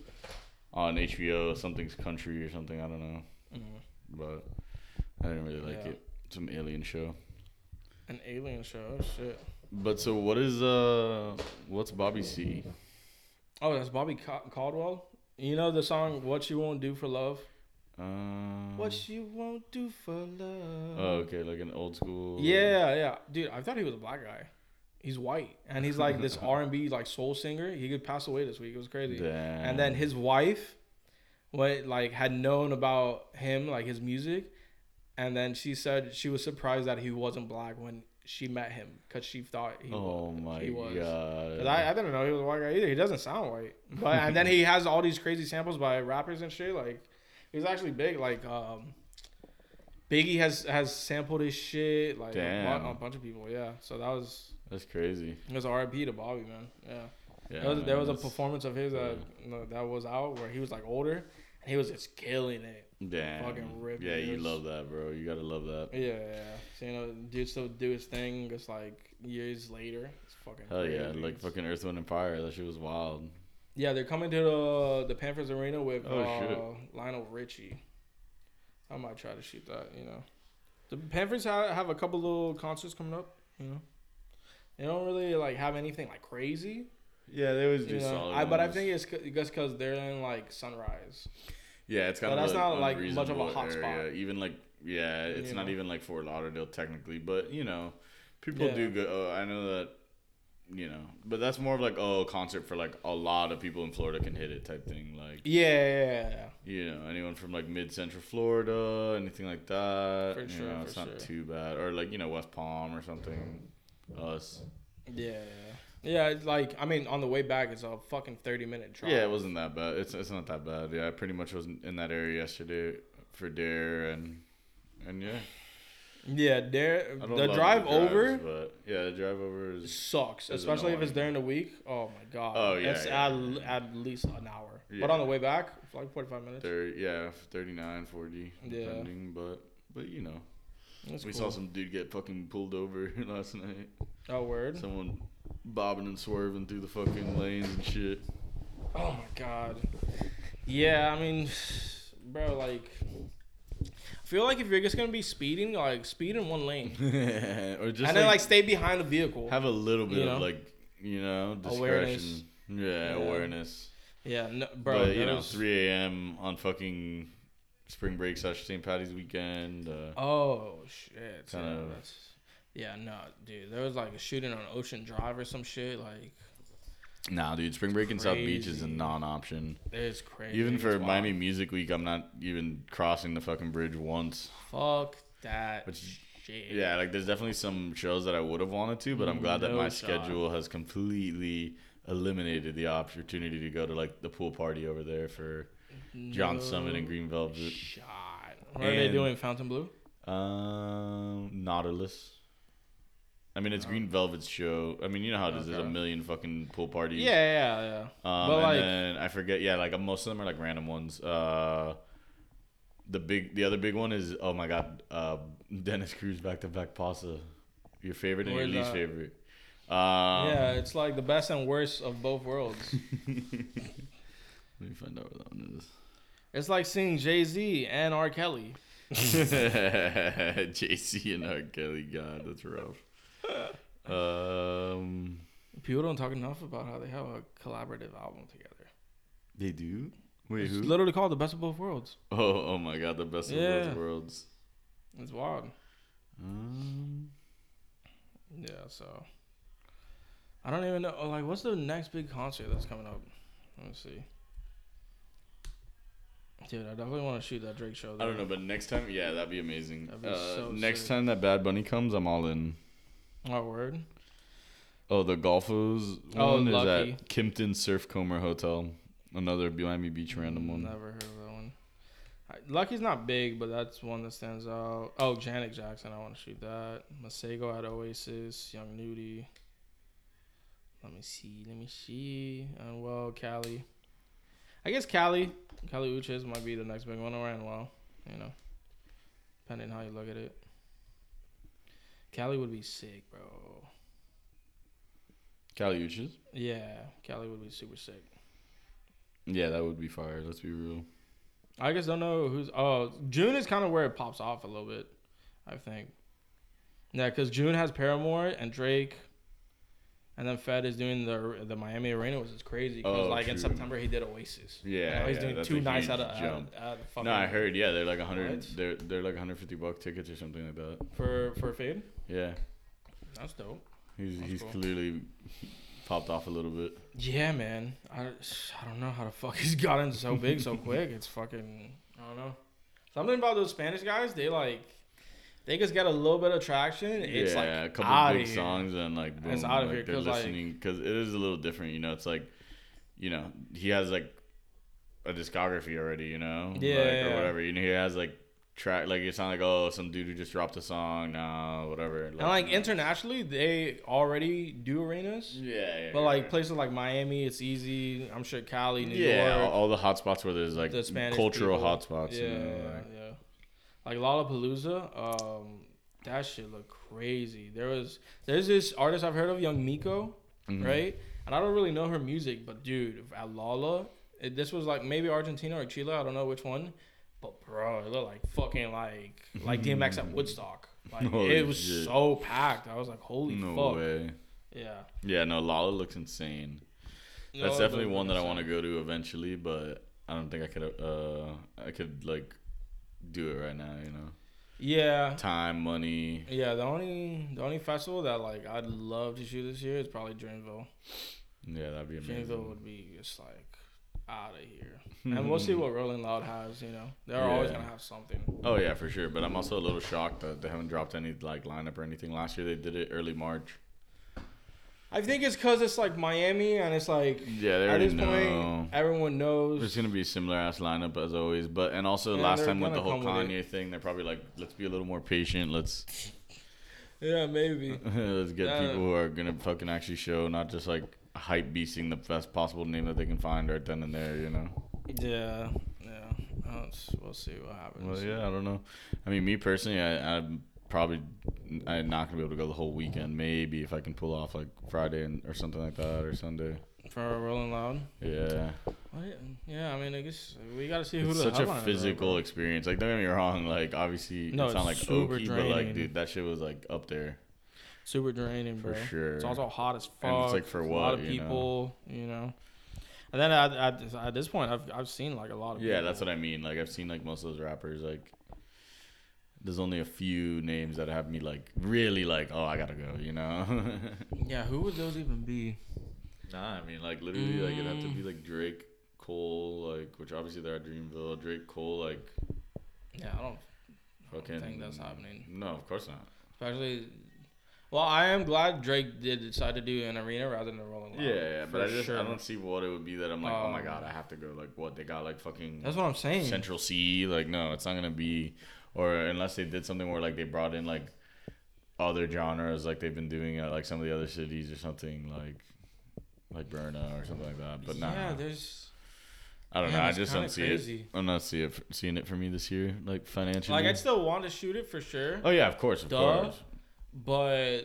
Speaker 3: on HBO, something's country or something. I don't know, Mm-hmm.
Speaker 2: Mhm.
Speaker 3: but I didn't really like
Speaker 2: Yeah.
Speaker 3: it. Some alien show.
Speaker 2: An alien show, oh, shit.
Speaker 3: But so what is uh, what's Bobby C?
Speaker 2: Oh, that's Bobby Ca- Caldwell. You know the song "What You Won't Do for Love."
Speaker 3: Um,
Speaker 2: What you won't do for love.
Speaker 3: Oh, okay, like an old school.
Speaker 2: Yeah, yeah, dude. I thought he was a black guy. He's white, and he's like
Speaker 3: (laughs)
Speaker 2: this R and B like soul singer. He could pass away this week. It was crazy. And then his wife, what like had known about him like his music, and then she said she was surprised that he wasn't black when she met him because she thought he
Speaker 3: oh my
Speaker 2: he was.
Speaker 3: god.
Speaker 2: 'Cause I, I didn't know he was a white guy either. He doesn't sound white, but and
Speaker 3: (laughs)
Speaker 2: then he has all these crazy samples by rappers and shit. Like he's actually big. Like um, Biggie has has sampled his shit. Like A,
Speaker 3: Damn.
Speaker 2: bu- a bunch of people. Yeah. So that was
Speaker 3: That's crazy.
Speaker 2: it was R.I.P. to Bobby, man. Yeah.
Speaker 3: Yeah,
Speaker 2: there was, there was a
Speaker 3: that's-
Speaker 2: performance of his that no, that was out where he was like older and he was just killing it.
Speaker 3: Damn.
Speaker 2: fucking ripped,
Speaker 3: Yeah,
Speaker 2: dude.
Speaker 3: you love that, bro. You gotta love that.
Speaker 2: Yeah. yeah, yeah. So you know, dude still do his thing. Just like years later, it's fucking.
Speaker 3: Hell yeah,
Speaker 2: crazy.
Speaker 3: like fucking Earth, Wind, and Fire. That shit was wild.
Speaker 2: Yeah, they're coming to the the Panthers arena with
Speaker 3: Oh,
Speaker 2: uh, Lionel Richie. I might try to shoot that. You know, the Panthers have, have a couple little concerts coming up. You know, they don't really like have anything like crazy.
Speaker 3: Yeah, they always do
Speaker 2: You know,
Speaker 3: solid.
Speaker 2: I, but I
Speaker 3: ones.
Speaker 2: think it's c- just because they're in like Sunrise.
Speaker 3: yeah, it's got.
Speaker 2: but
Speaker 3: a
Speaker 2: that's
Speaker 3: little
Speaker 2: not, like, much of a
Speaker 3: unreasonable
Speaker 2: hot spot.
Speaker 3: area. Even like yeah, it's
Speaker 2: You
Speaker 3: not
Speaker 2: know?
Speaker 3: even like Fort Lauderdale technically, but you know, people
Speaker 2: Yeah.
Speaker 3: do go. oh, I know that. You know, but that's more of like oh, a concert for like a lot of people in Florida can hit it type thing. Like
Speaker 2: Yeah, yeah, yeah,
Speaker 3: you know, anyone from like mid central Florida, anything like that.
Speaker 2: For
Speaker 3: you
Speaker 2: sure,
Speaker 3: know,
Speaker 2: for
Speaker 3: it's not
Speaker 2: sure.
Speaker 3: too bad, or like you know West Palm or something. Us.
Speaker 2: yeah, yeah. Yeah, it's like I mean, on the way back, it's a fucking thirty-minute drive.
Speaker 3: Yeah, it wasn't that bad. It's it's not that bad. Yeah, I pretty much was in that area yesterday for Dare and and yeah.
Speaker 2: Yeah, there.
Speaker 3: I don't
Speaker 2: The
Speaker 3: love
Speaker 2: drive
Speaker 3: drives,
Speaker 2: over
Speaker 3: but yeah, the drive over is
Speaker 2: sucks,
Speaker 3: Is
Speaker 2: especially if
Speaker 3: annoying.
Speaker 2: it's during the week. Oh my god.
Speaker 3: Oh, yeah,
Speaker 2: It's
Speaker 3: yeah,
Speaker 2: at,
Speaker 3: yeah,
Speaker 2: at least an hour.
Speaker 3: Yeah.
Speaker 2: But on the way back, it's like forty-five minutes.
Speaker 3: thirty, yeah, 39, 40,
Speaker 2: Yeah.
Speaker 3: depending. But but you know,
Speaker 2: That's
Speaker 3: we
Speaker 2: cool.
Speaker 3: saw some dude get fucking pulled over (laughs) last night.
Speaker 2: Oh word.
Speaker 3: Someone bobbing and swerving through the fucking lanes
Speaker 2: (laughs)
Speaker 3: and shit.
Speaker 2: Oh my god. Yeah, I mean, bro, like, I feel like if you're just gonna be speeding, like, speed in one lane,
Speaker 3: or (laughs) just
Speaker 2: and then like
Speaker 3: like,
Speaker 2: stay behind the vehicle.
Speaker 3: have a little bit
Speaker 2: you
Speaker 3: of
Speaker 2: know?
Speaker 3: like you know discretion.
Speaker 2: Awareness.
Speaker 3: Yeah,
Speaker 2: Yeah.
Speaker 3: awareness.
Speaker 2: yeah, no, bro.
Speaker 3: but you know,
Speaker 2: those-
Speaker 3: 3 a.m. on fucking spring break slash St. Patty's weekend. Uh,
Speaker 2: Oh shit.
Speaker 3: Kind
Speaker 2: yeah,
Speaker 3: of-
Speaker 2: that's- yeah, no, dude. There was like a shooting on Ocean Drive or some shit. Like,
Speaker 3: nah, dude, spring break in South Beach is a
Speaker 2: Crazy.
Speaker 3: non-option.
Speaker 2: it's crazy.
Speaker 3: Even
Speaker 2: It's
Speaker 3: for
Speaker 2: wild.
Speaker 3: Miami Music Week, I'm not even crossing the fucking bridge once.
Speaker 2: Fuck that
Speaker 3: Which-
Speaker 2: shit.
Speaker 3: Yeah, like there's definitely some shows that I would have wanted to, but I'm glad that
Speaker 2: No
Speaker 3: my
Speaker 2: shot.
Speaker 3: schedule has completely eliminated the opportunity to go to like the pool party over there for John
Speaker 2: No
Speaker 3: Summit and Green Velvet.
Speaker 2: Shot. What are they
Speaker 3: And-
Speaker 2: doing? Fountain Blue.
Speaker 3: Um, Nautilus. I mean, it's
Speaker 2: Oh.
Speaker 3: Green Velvet's show. I mean, you know how it is. There's a
Speaker 2: Okay.
Speaker 3: million fucking pool parties.
Speaker 2: Yeah, yeah, yeah.
Speaker 3: Um,
Speaker 2: But,
Speaker 3: and
Speaker 2: like-
Speaker 3: then I forget. Yeah, like uh, most of them are like random ones. Uh, the big, the other big one is oh my god, uh, Dennis Cruz back to back pasta. Your favorite and your
Speaker 2: Where's
Speaker 3: least
Speaker 2: that?
Speaker 3: favorite. Um,
Speaker 2: yeah, it's like the best and worst of both worlds.
Speaker 3: (laughs) Let me find out where that one is. (laughs)
Speaker 2: It's like seeing Jay Z and R. Kelly.
Speaker 3: JC and R. Kelly. God, that's
Speaker 2: (laughs)
Speaker 3: rough. Um,
Speaker 2: People don't talk enough about how they have a collaborative album together.
Speaker 3: they do. Wait,
Speaker 2: It's
Speaker 3: who?
Speaker 2: literally called The Best of Both Worlds.
Speaker 3: (laughs) Oh, oh my God, the best of
Speaker 2: Yeah.
Speaker 3: both worlds.
Speaker 2: It's wild.
Speaker 3: Um,
Speaker 2: Yeah, so. I don't even know. oh, Like, what's the next big concert that's coming up? Let me see. Dude, I definitely want to shoot that Drake show.
Speaker 3: I don't
Speaker 2: though.
Speaker 3: know, but next time, yeah, that'd be amazing.
Speaker 2: That'd be
Speaker 3: uh,
Speaker 2: so
Speaker 3: next
Speaker 2: sick.
Speaker 3: time that Bad Bunny comes, I'm all in.
Speaker 2: My word.
Speaker 3: Oh, the golfers
Speaker 2: Oh,
Speaker 3: one is
Speaker 2: lucky.
Speaker 3: at Kimpton Surf Comer Hotel. Another Miami Beach random one.
Speaker 2: Never heard of Mm, that one. I- Lucky's not big, but that's one that stands out. Oh, Janet Jackson, I want to shoot that. Masego at Oasis, Young Nudie. Let me see, let me see. Unwell, Cali. I guess Cali, Cali Uchis might be the next big one, or Unwell, you know, depending how you look at it. Cali would be sick, bro.
Speaker 3: Caliuches?
Speaker 2: Yeah, Cali would be super sick.
Speaker 3: Yeah, that would be fire. Let's be real.
Speaker 2: I guess don't know who's. Oh, June is kind of where it pops off a little bit, I think. Yeah, because June has Paramore and Drake, and then Fed is doing the the Miami Arena, which is crazy. Because
Speaker 3: Oh,
Speaker 2: like in
Speaker 3: true.
Speaker 2: September he did Oasis.
Speaker 3: Yeah,
Speaker 2: Now he's
Speaker 3: yeah,
Speaker 2: doing
Speaker 3: that's
Speaker 2: two
Speaker 3: a
Speaker 2: nights out
Speaker 3: huge
Speaker 2: of,
Speaker 3: jump.
Speaker 2: out of the fucking
Speaker 3: No, I heard. Yeah, they're like a
Speaker 2: What?
Speaker 3: hundred. They're they're like 150 buck tickets or something like that.
Speaker 2: for for Fade.
Speaker 3: Yeah,
Speaker 2: That's dope.
Speaker 3: he's
Speaker 2: That's
Speaker 3: he's
Speaker 2: cool.
Speaker 3: clearly popped off a little bit.
Speaker 2: Yeah, man. I, I don't know how the fuck (laughs) he's gotten so big so quick. It's fucking I don't know. Something about those Spanish guys. They like they just get a little bit of traction. It's
Speaker 3: yeah,
Speaker 2: like
Speaker 3: a couple
Speaker 2: outta
Speaker 3: big
Speaker 2: here.
Speaker 3: songs and like boom,
Speaker 2: It's outta
Speaker 3: like,
Speaker 2: here,
Speaker 3: they're
Speaker 2: 'cause, like-
Speaker 3: listening because it is a little different. You know, it's like, you know, he has like a discography already. You know,
Speaker 2: Yeah,
Speaker 3: like,
Speaker 2: yeah,
Speaker 3: or
Speaker 2: yeah.
Speaker 3: whatever. You know, he has like track like it's not like oh some dude who just dropped a song now whatever.
Speaker 2: And like internationally, they already do arenas,
Speaker 3: yeah, yeah,
Speaker 2: but
Speaker 3: yeah,
Speaker 2: like
Speaker 3: yeah.
Speaker 2: places like Miami, it's easy. I'm sure Cali, New
Speaker 3: yeah, all,
Speaker 2: York,
Speaker 3: all the hotspots where there's like
Speaker 2: the Spanish
Speaker 3: cultural
Speaker 2: people.
Speaker 3: hotspots.
Speaker 2: Yeah,
Speaker 3: you know, like,
Speaker 2: yeah. Like Lollapalooza, um, that shit looked crazy. There was there's this artist I've heard of, Young Miko,
Speaker 3: Mhm.
Speaker 2: right? And I don't really know her music, but dude, at Lala, it, this was like maybe Argentina or Chile, I don't know which one. But bro, it looked like fucking like like DMX at
Speaker 3: (laughs)
Speaker 2: Woodstock. Like
Speaker 3: Holy
Speaker 2: it was
Speaker 3: shit.
Speaker 2: so packed. I was like, holy
Speaker 3: Mm-hmm. No
Speaker 2: fuck.
Speaker 3: way.
Speaker 2: Yeah.
Speaker 3: Yeah, no, Lala looks insane.
Speaker 2: No,
Speaker 3: That's
Speaker 2: it
Speaker 3: definitely
Speaker 2: does
Speaker 3: one
Speaker 2: look
Speaker 3: that I want to
Speaker 2: insane.
Speaker 3: go to eventually, but I don't think I could. Uh, I could like do it right now. You know,
Speaker 2: Yeah.
Speaker 3: time, money.
Speaker 2: Yeah, the only the only festival that like I'd love to shoot this year is probably Dreamville.
Speaker 3: Yeah, that'd be
Speaker 2: Dreamville
Speaker 3: amazing.
Speaker 2: would be just like out of
Speaker 3: (laughs)
Speaker 2: here. And we'll see what Rolling Loud has, you know. They're always
Speaker 3: Yeah.
Speaker 2: gonna have something.
Speaker 3: Oh yeah, for sure. But I'm also a little shocked that they haven't dropped any like lineup or anything. Last year they did it early March.
Speaker 2: I think it's cause it's like Miami and it's like
Speaker 3: Yeah, they
Speaker 2: at
Speaker 3: already
Speaker 2: this
Speaker 3: know.
Speaker 2: point everyone knows
Speaker 3: There's gonna be a similar ass lineup as always, but and also
Speaker 2: Yeah,
Speaker 3: last
Speaker 2: they're
Speaker 3: time with the
Speaker 2: gonna
Speaker 3: whole
Speaker 2: come with
Speaker 3: Kanye thing, they're probably like, let's be a little more patient. Let's (laughs)
Speaker 2: Yeah, maybe.
Speaker 3: let's get
Speaker 2: Yeah.
Speaker 3: people who are gonna fucking actually show, not just like hype beasting the best possible name that they can find right then and there. You know.
Speaker 2: Yeah, yeah. Uh, it's- we'll see what happens.
Speaker 3: Well, yeah, I don't know. I mean, me personally, I, I'm probably I'm not gonna be able to go the whole weekend. Maybe if I can pull off like Friday and, or something like that or Sunday.
Speaker 2: For Rolling Loud.
Speaker 3: Yeah,
Speaker 2: What? Yeah, I mean, I guess we gotta see who
Speaker 3: it's
Speaker 2: the
Speaker 3: such a
Speaker 2: headliners are,
Speaker 3: physical
Speaker 2: bro.
Speaker 3: experience. Like, don't get me wrong. Like, obviously,
Speaker 2: No,
Speaker 3: it's not like
Speaker 2: it's super
Speaker 3: Oki, but like,
Speaker 2: draining.
Speaker 3: dude, that shit was like up there
Speaker 2: Super draining,
Speaker 3: for
Speaker 2: bro.
Speaker 3: sure.
Speaker 2: It's also hot as fuck.
Speaker 3: And it's like for
Speaker 2: There's
Speaker 3: what,
Speaker 2: A lot of
Speaker 3: you know?
Speaker 2: people, you know. And then at, at, this- at this point, I've I've seen like a lot of
Speaker 3: yeah,
Speaker 2: people.
Speaker 3: that's what I mean. Like, I've seen like most of those rappers. Like, there's only a few names that have me like really like, oh, I gotta go. You know. (laughs)
Speaker 2: Yeah, who would those even be?
Speaker 3: Nah, I mean, like literally, like it'd have to
Speaker 2: Mm.
Speaker 3: be like Drake, Cole, like which obviously they're at Dreamville. Drake, Cole, like
Speaker 2: Yeah, I don't
Speaker 3: fucking.
Speaker 2: think that's happening.
Speaker 3: No, of course not.
Speaker 2: especially. Well, I am glad Drake did decide to do an arena rather than a Rolling Loud.
Speaker 3: yeah, yeah, but I
Speaker 2: for
Speaker 3: just
Speaker 2: sure.
Speaker 3: I don't see what it would be that I'm like, oh my
Speaker 2: Um,
Speaker 3: god, I have to go. Like what they got, like fucking
Speaker 2: That's what I'm saying.
Speaker 3: Central C. Like no, it's not gonna be, or unless they did something where like they brought in like other genres, like they've been doing at like some of the other cities or something like. Like Burna or something like that, but nah.
Speaker 2: Yeah, there's.
Speaker 3: I don't
Speaker 2: Man,
Speaker 3: know. I
Speaker 2: it's
Speaker 3: just
Speaker 2: kinda
Speaker 3: don't see it.
Speaker 2: crazy.
Speaker 3: I'm not see it, seeing it for me this year, like financially.
Speaker 2: Like, I still want to shoot it for sure.
Speaker 3: Oh yeah, of course, of
Speaker 2: Duh.
Speaker 3: course.
Speaker 2: but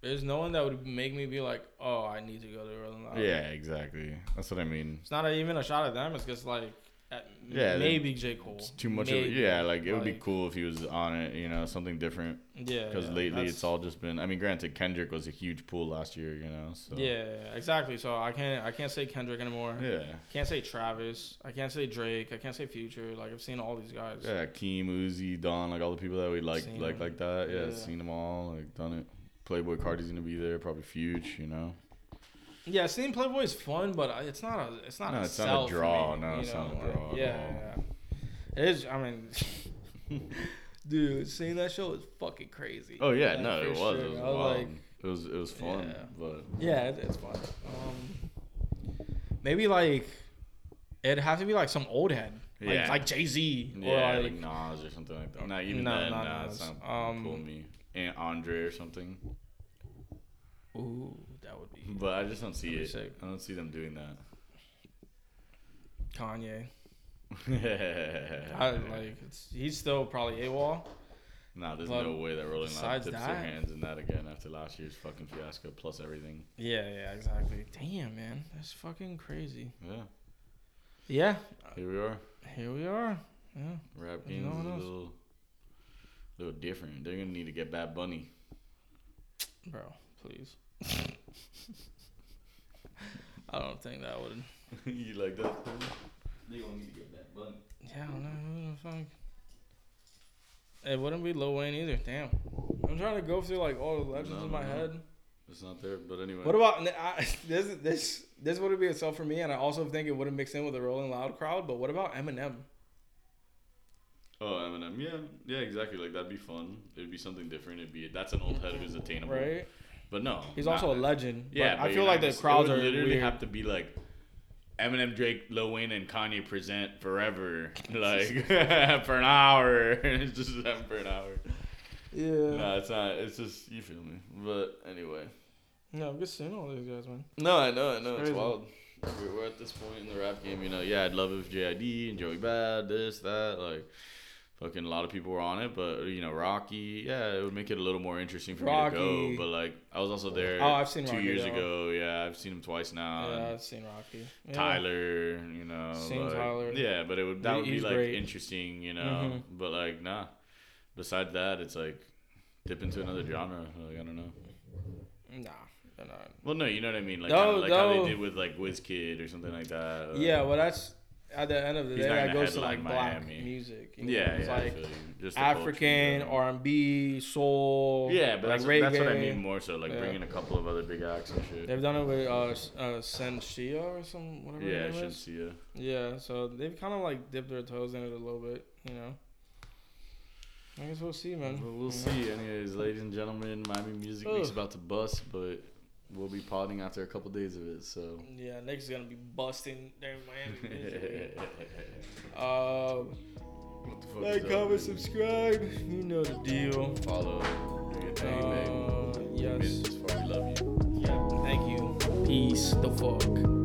Speaker 2: there's no one that would make me be like, oh, I need to go to Rolling Loud.
Speaker 3: Yeah, exactly. That's what I mean.
Speaker 2: It's not even a shot at them. It's just like, at
Speaker 3: Yeah, they-
Speaker 2: maybe J. Cole.
Speaker 3: It's too much. Of,
Speaker 2: Maybe.
Speaker 3: yeah, like it would be
Speaker 2: Like-
Speaker 3: cool if he was on it. You know, something different.
Speaker 2: Yeah.
Speaker 3: Because
Speaker 2: yeah,
Speaker 3: lately
Speaker 2: that's-
Speaker 3: it's all just been. I mean, granted, Kendrick was a huge pull last year. You know. So.
Speaker 2: Yeah, exactly. So I can't I can't say Kendrick anymore.
Speaker 3: Yeah.
Speaker 2: Can't say Travis. I can't say Drake. I can't say Future. Like I've seen all these guys.
Speaker 3: Yeah, Keem, Uzi, Don, like all the people that we like,
Speaker 2: Seen
Speaker 3: like,
Speaker 2: them.
Speaker 3: like that. Yeah,
Speaker 2: Yeah.
Speaker 3: seen them all. Like done it. Playboy Cardi's gonna be there, probably Fuge. You know.
Speaker 2: Yeah, seeing Playboy is fun, but I- it's not a it's not
Speaker 3: No,
Speaker 2: a
Speaker 3: it's not a
Speaker 2: sell for
Speaker 3: draw.
Speaker 2: me,
Speaker 3: No,
Speaker 2: you
Speaker 3: it's not
Speaker 2: know,
Speaker 3: a draw
Speaker 2: like,
Speaker 3: at
Speaker 2: yeah, yeah, it is. I mean, (laughs) dude, seeing that show is fucking crazy.
Speaker 3: Oh yeah,
Speaker 2: Like,
Speaker 3: no,
Speaker 2: for
Speaker 3: it was.
Speaker 2: sure.
Speaker 3: It was
Speaker 2: I was
Speaker 3: wild.
Speaker 2: like,
Speaker 3: it was it was fun,
Speaker 2: Yeah.
Speaker 3: but
Speaker 2: yeah, it, it's fun. Um, maybe like it'd have to be like some old head, like,
Speaker 3: Yeah.
Speaker 2: like Jay Z or
Speaker 3: yeah,
Speaker 2: like,
Speaker 3: like, Nas or something like that. Not even
Speaker 2: No,
Speaker 3: then.
Speaker 2: not
Speaker 3: nah, it's
Speaker 2: Nas.
Speaker 3: not um, cool
Speaker 2: Um,
Speaker 3: me. And Andre or something.
Speaker 2: ooh, that would
Speaker 3: (laughs)
Speaker 2: be
Speaker 3: But I just don't see
Speaker 2: That'd be
Speaker 3: it.
Speaker 2: sick.
Speaker 3: I don't see them doing that.
Speaker 2: Kanye. (laughs) I, like it's, he's still probably AWOL.
Speaker 3: nah, there's
Speaker 2: but
Speaker 3: no way that Rolling Loud
Speaker 2: besides
Speaker 3: dips their
Speaker 2: that-
Speaker 3: hands in that again after last year's fucking fiasco plus everything.
Speaker 2: Yeah, yeah, exactly. Damn, man, that's fucking crazy.
Speaker 3: Yeah,
Speaker 2: Yeah,
Speaker 3: here we are.
Speaker 2: here we are. Yeah.
Speaker 3: Rap
Speaker 2: There's no
Speaker 3: games is
Speaker 2: one
Speaker 3: a
Speaker 2: else.
Speaker 3: little, little different. They're gonna need to get Bad Bunny. (laughs)
Speaker 2: Bro, please. I don't think that would.
Speaker 3: you like that? They gonna need to get Bad Bunny.
Speaker 2: Yeah, I don't know. Who the fuck? It wouldn't be Lil Wayne either. Damn. I'm trying to go through like all the legends
Speaker 3: No,
Speaker 2: in my
Speaker 3: no, no.
Speaker 2: head.
Speaker 3: It's not there, but anyway.
Speaker 2: What about I, (laughs) this? This this wouldn't be a sell for me, and I also think it wouldn't mix in with the Rolling Loud crowd. But what about Eminem?
Speaker 3: Oh, Eminem. Yeah, yeah, exactly. Like that'd be fun. It'd be something different. It'd be that's an old head who's attainable.
Speaker 2: Right?
Speaker 3: But no,
Speaker 2: He's
Speaker 3: not
Speaker 2: also a
Speaker 3: that.
Speaker 2: legend.
Speaker 3: Yeah,
Speaker 2: Yeah,
Speaker 3: but
Speaker 2: I
Speaker 3: you're
Speaker 2: feel like
Speaker 3: not
Speaker 2: the
Speaker 3: just- it
Speaker 2: crowds
Speaker 3: would
Speaker 2: are
Speaker 3: literally
Speaker 2: weird.
Speaker 3: have to be like Eminem, Drake, Lil Wayne, and Kanye present forever, (laughs) like for an hour. (laughs) it's just them for an hour.
Speaker 2: yeah.
Speaker 3: No, it's not. It's just you feel me. But anyway,
Speaker 2: No, I'm just seeing all these guys, man.
Speaker 3: no, I know, I know, it's,
Speaker 2: Crazy.
Speaker 3: wild. We're, we're at this point in the rap game, you know. Yeah, I'd love if JID and Joey Bad, this, that, like Fucking a lot of people were on it, but you know Rocky, yeah, it would make it a little more interesting for me
Speaker 2: Rocky.
Speaker 3: to go. But like I was also there.
Speaker 2: Oh, I've seen
Speaker 3: two
Speaker 2: Rocky,
Speaker 3: years
Speaker 2: though.
Speaker 3: ago. Yeah, I've seen him twice now. and
Speaker 2: yeah, I've seen Rocky. Yeah.
Speaker 3: Tyler, you know,
Speaker 2: Seen
Speaker 3: like-
Speaker 2: Tyler.
Speaker 3: Yeah, but it would that
Speaker 2: He-
Speaker 3: would be
Speaker 2: he's
Speaker 3: like
Speaker 2: great. Mm-hmm.
Speaker 3: interesting, you know. But like, nah. Besides that, it's like dip into another genre. Like I don't know.
Speaker 2: Nah, they're not.
Speaker 3: Well, no, you know what I mean. Like,
Speaker 2: No,
Speaker 3: how, like how
Speaker 2: no.
Speaker 3: they did with like Wizkid or something like that. or-
Speaker 2: Oh, Yeah, well, that's at the end of the
Speaker 3: Uh, He's
Speaker 2: day.
Speaker 3: not
Speaker 2: That
Speaker 3: gonna
Speaker 2: goes to like
Speaker 3: headline
Speaker 2: black
Speaker 3: Miami.
Speaker 2: music. you know,
Speaker 3: yeah,
Speaker 2: it's
Speaker 3: yeah. I
Speaker 2: like
Speaker 3: feel you. Just the culture,
Speaker 2: African
Speaker 3: yeah.
Speaker 2: R and B, soul.
Speaker 3: Yeah, but
Speaker 2: like
Speaker 3: that's, that's what I
Speaker 2: reggae.
Speaker 3: mean more so, like
Speaker 2: Yeah.
Speaker 3: bringing a couple of other big acts and shit.
Speaker 2: They've done it with uh, S- uh Sensia or some whatever.
Speaker 3: Yeah,
Speaker 2: her
Speaker 3: I
Speaker 2: name
Speaker 3: should
Speaker 2: is.
Speaker 3: see ya.
Speaker 2: Yeah, so they've kind of like dipped their toes in it a little bit, you know. I guess we'll see, man.
Speaker 3: Well, we'll
Speaker 2: You know?
Speaker 3: see. Anyways, ladies and gentlemen, Miami Music Week's
Speaker 2: Ugh.
Speaker 3: about to bust, but we'll be potting after a couple days of it. So.
Speaker 2: Yeah, Nick's gonna be busting their Miami. music.
Speaker 3: (laughs)
Speaker 2: um,
Speaker 3: What the fuck is
Speaker 2: like,
Speaker 3: up,
Speaker 2: comment,
Speaker 3: baby?
Speaker 2: subscribe. You know the deal.
Speaker 3: Follow. Do your thing, baby.
Speaker 2: Uh,
Speaker 3: You made
Speaker 2: yes.
Speaker 3: it this far. We love you.
Speaker 2: Yeah. Thank you. Peace. The fuck.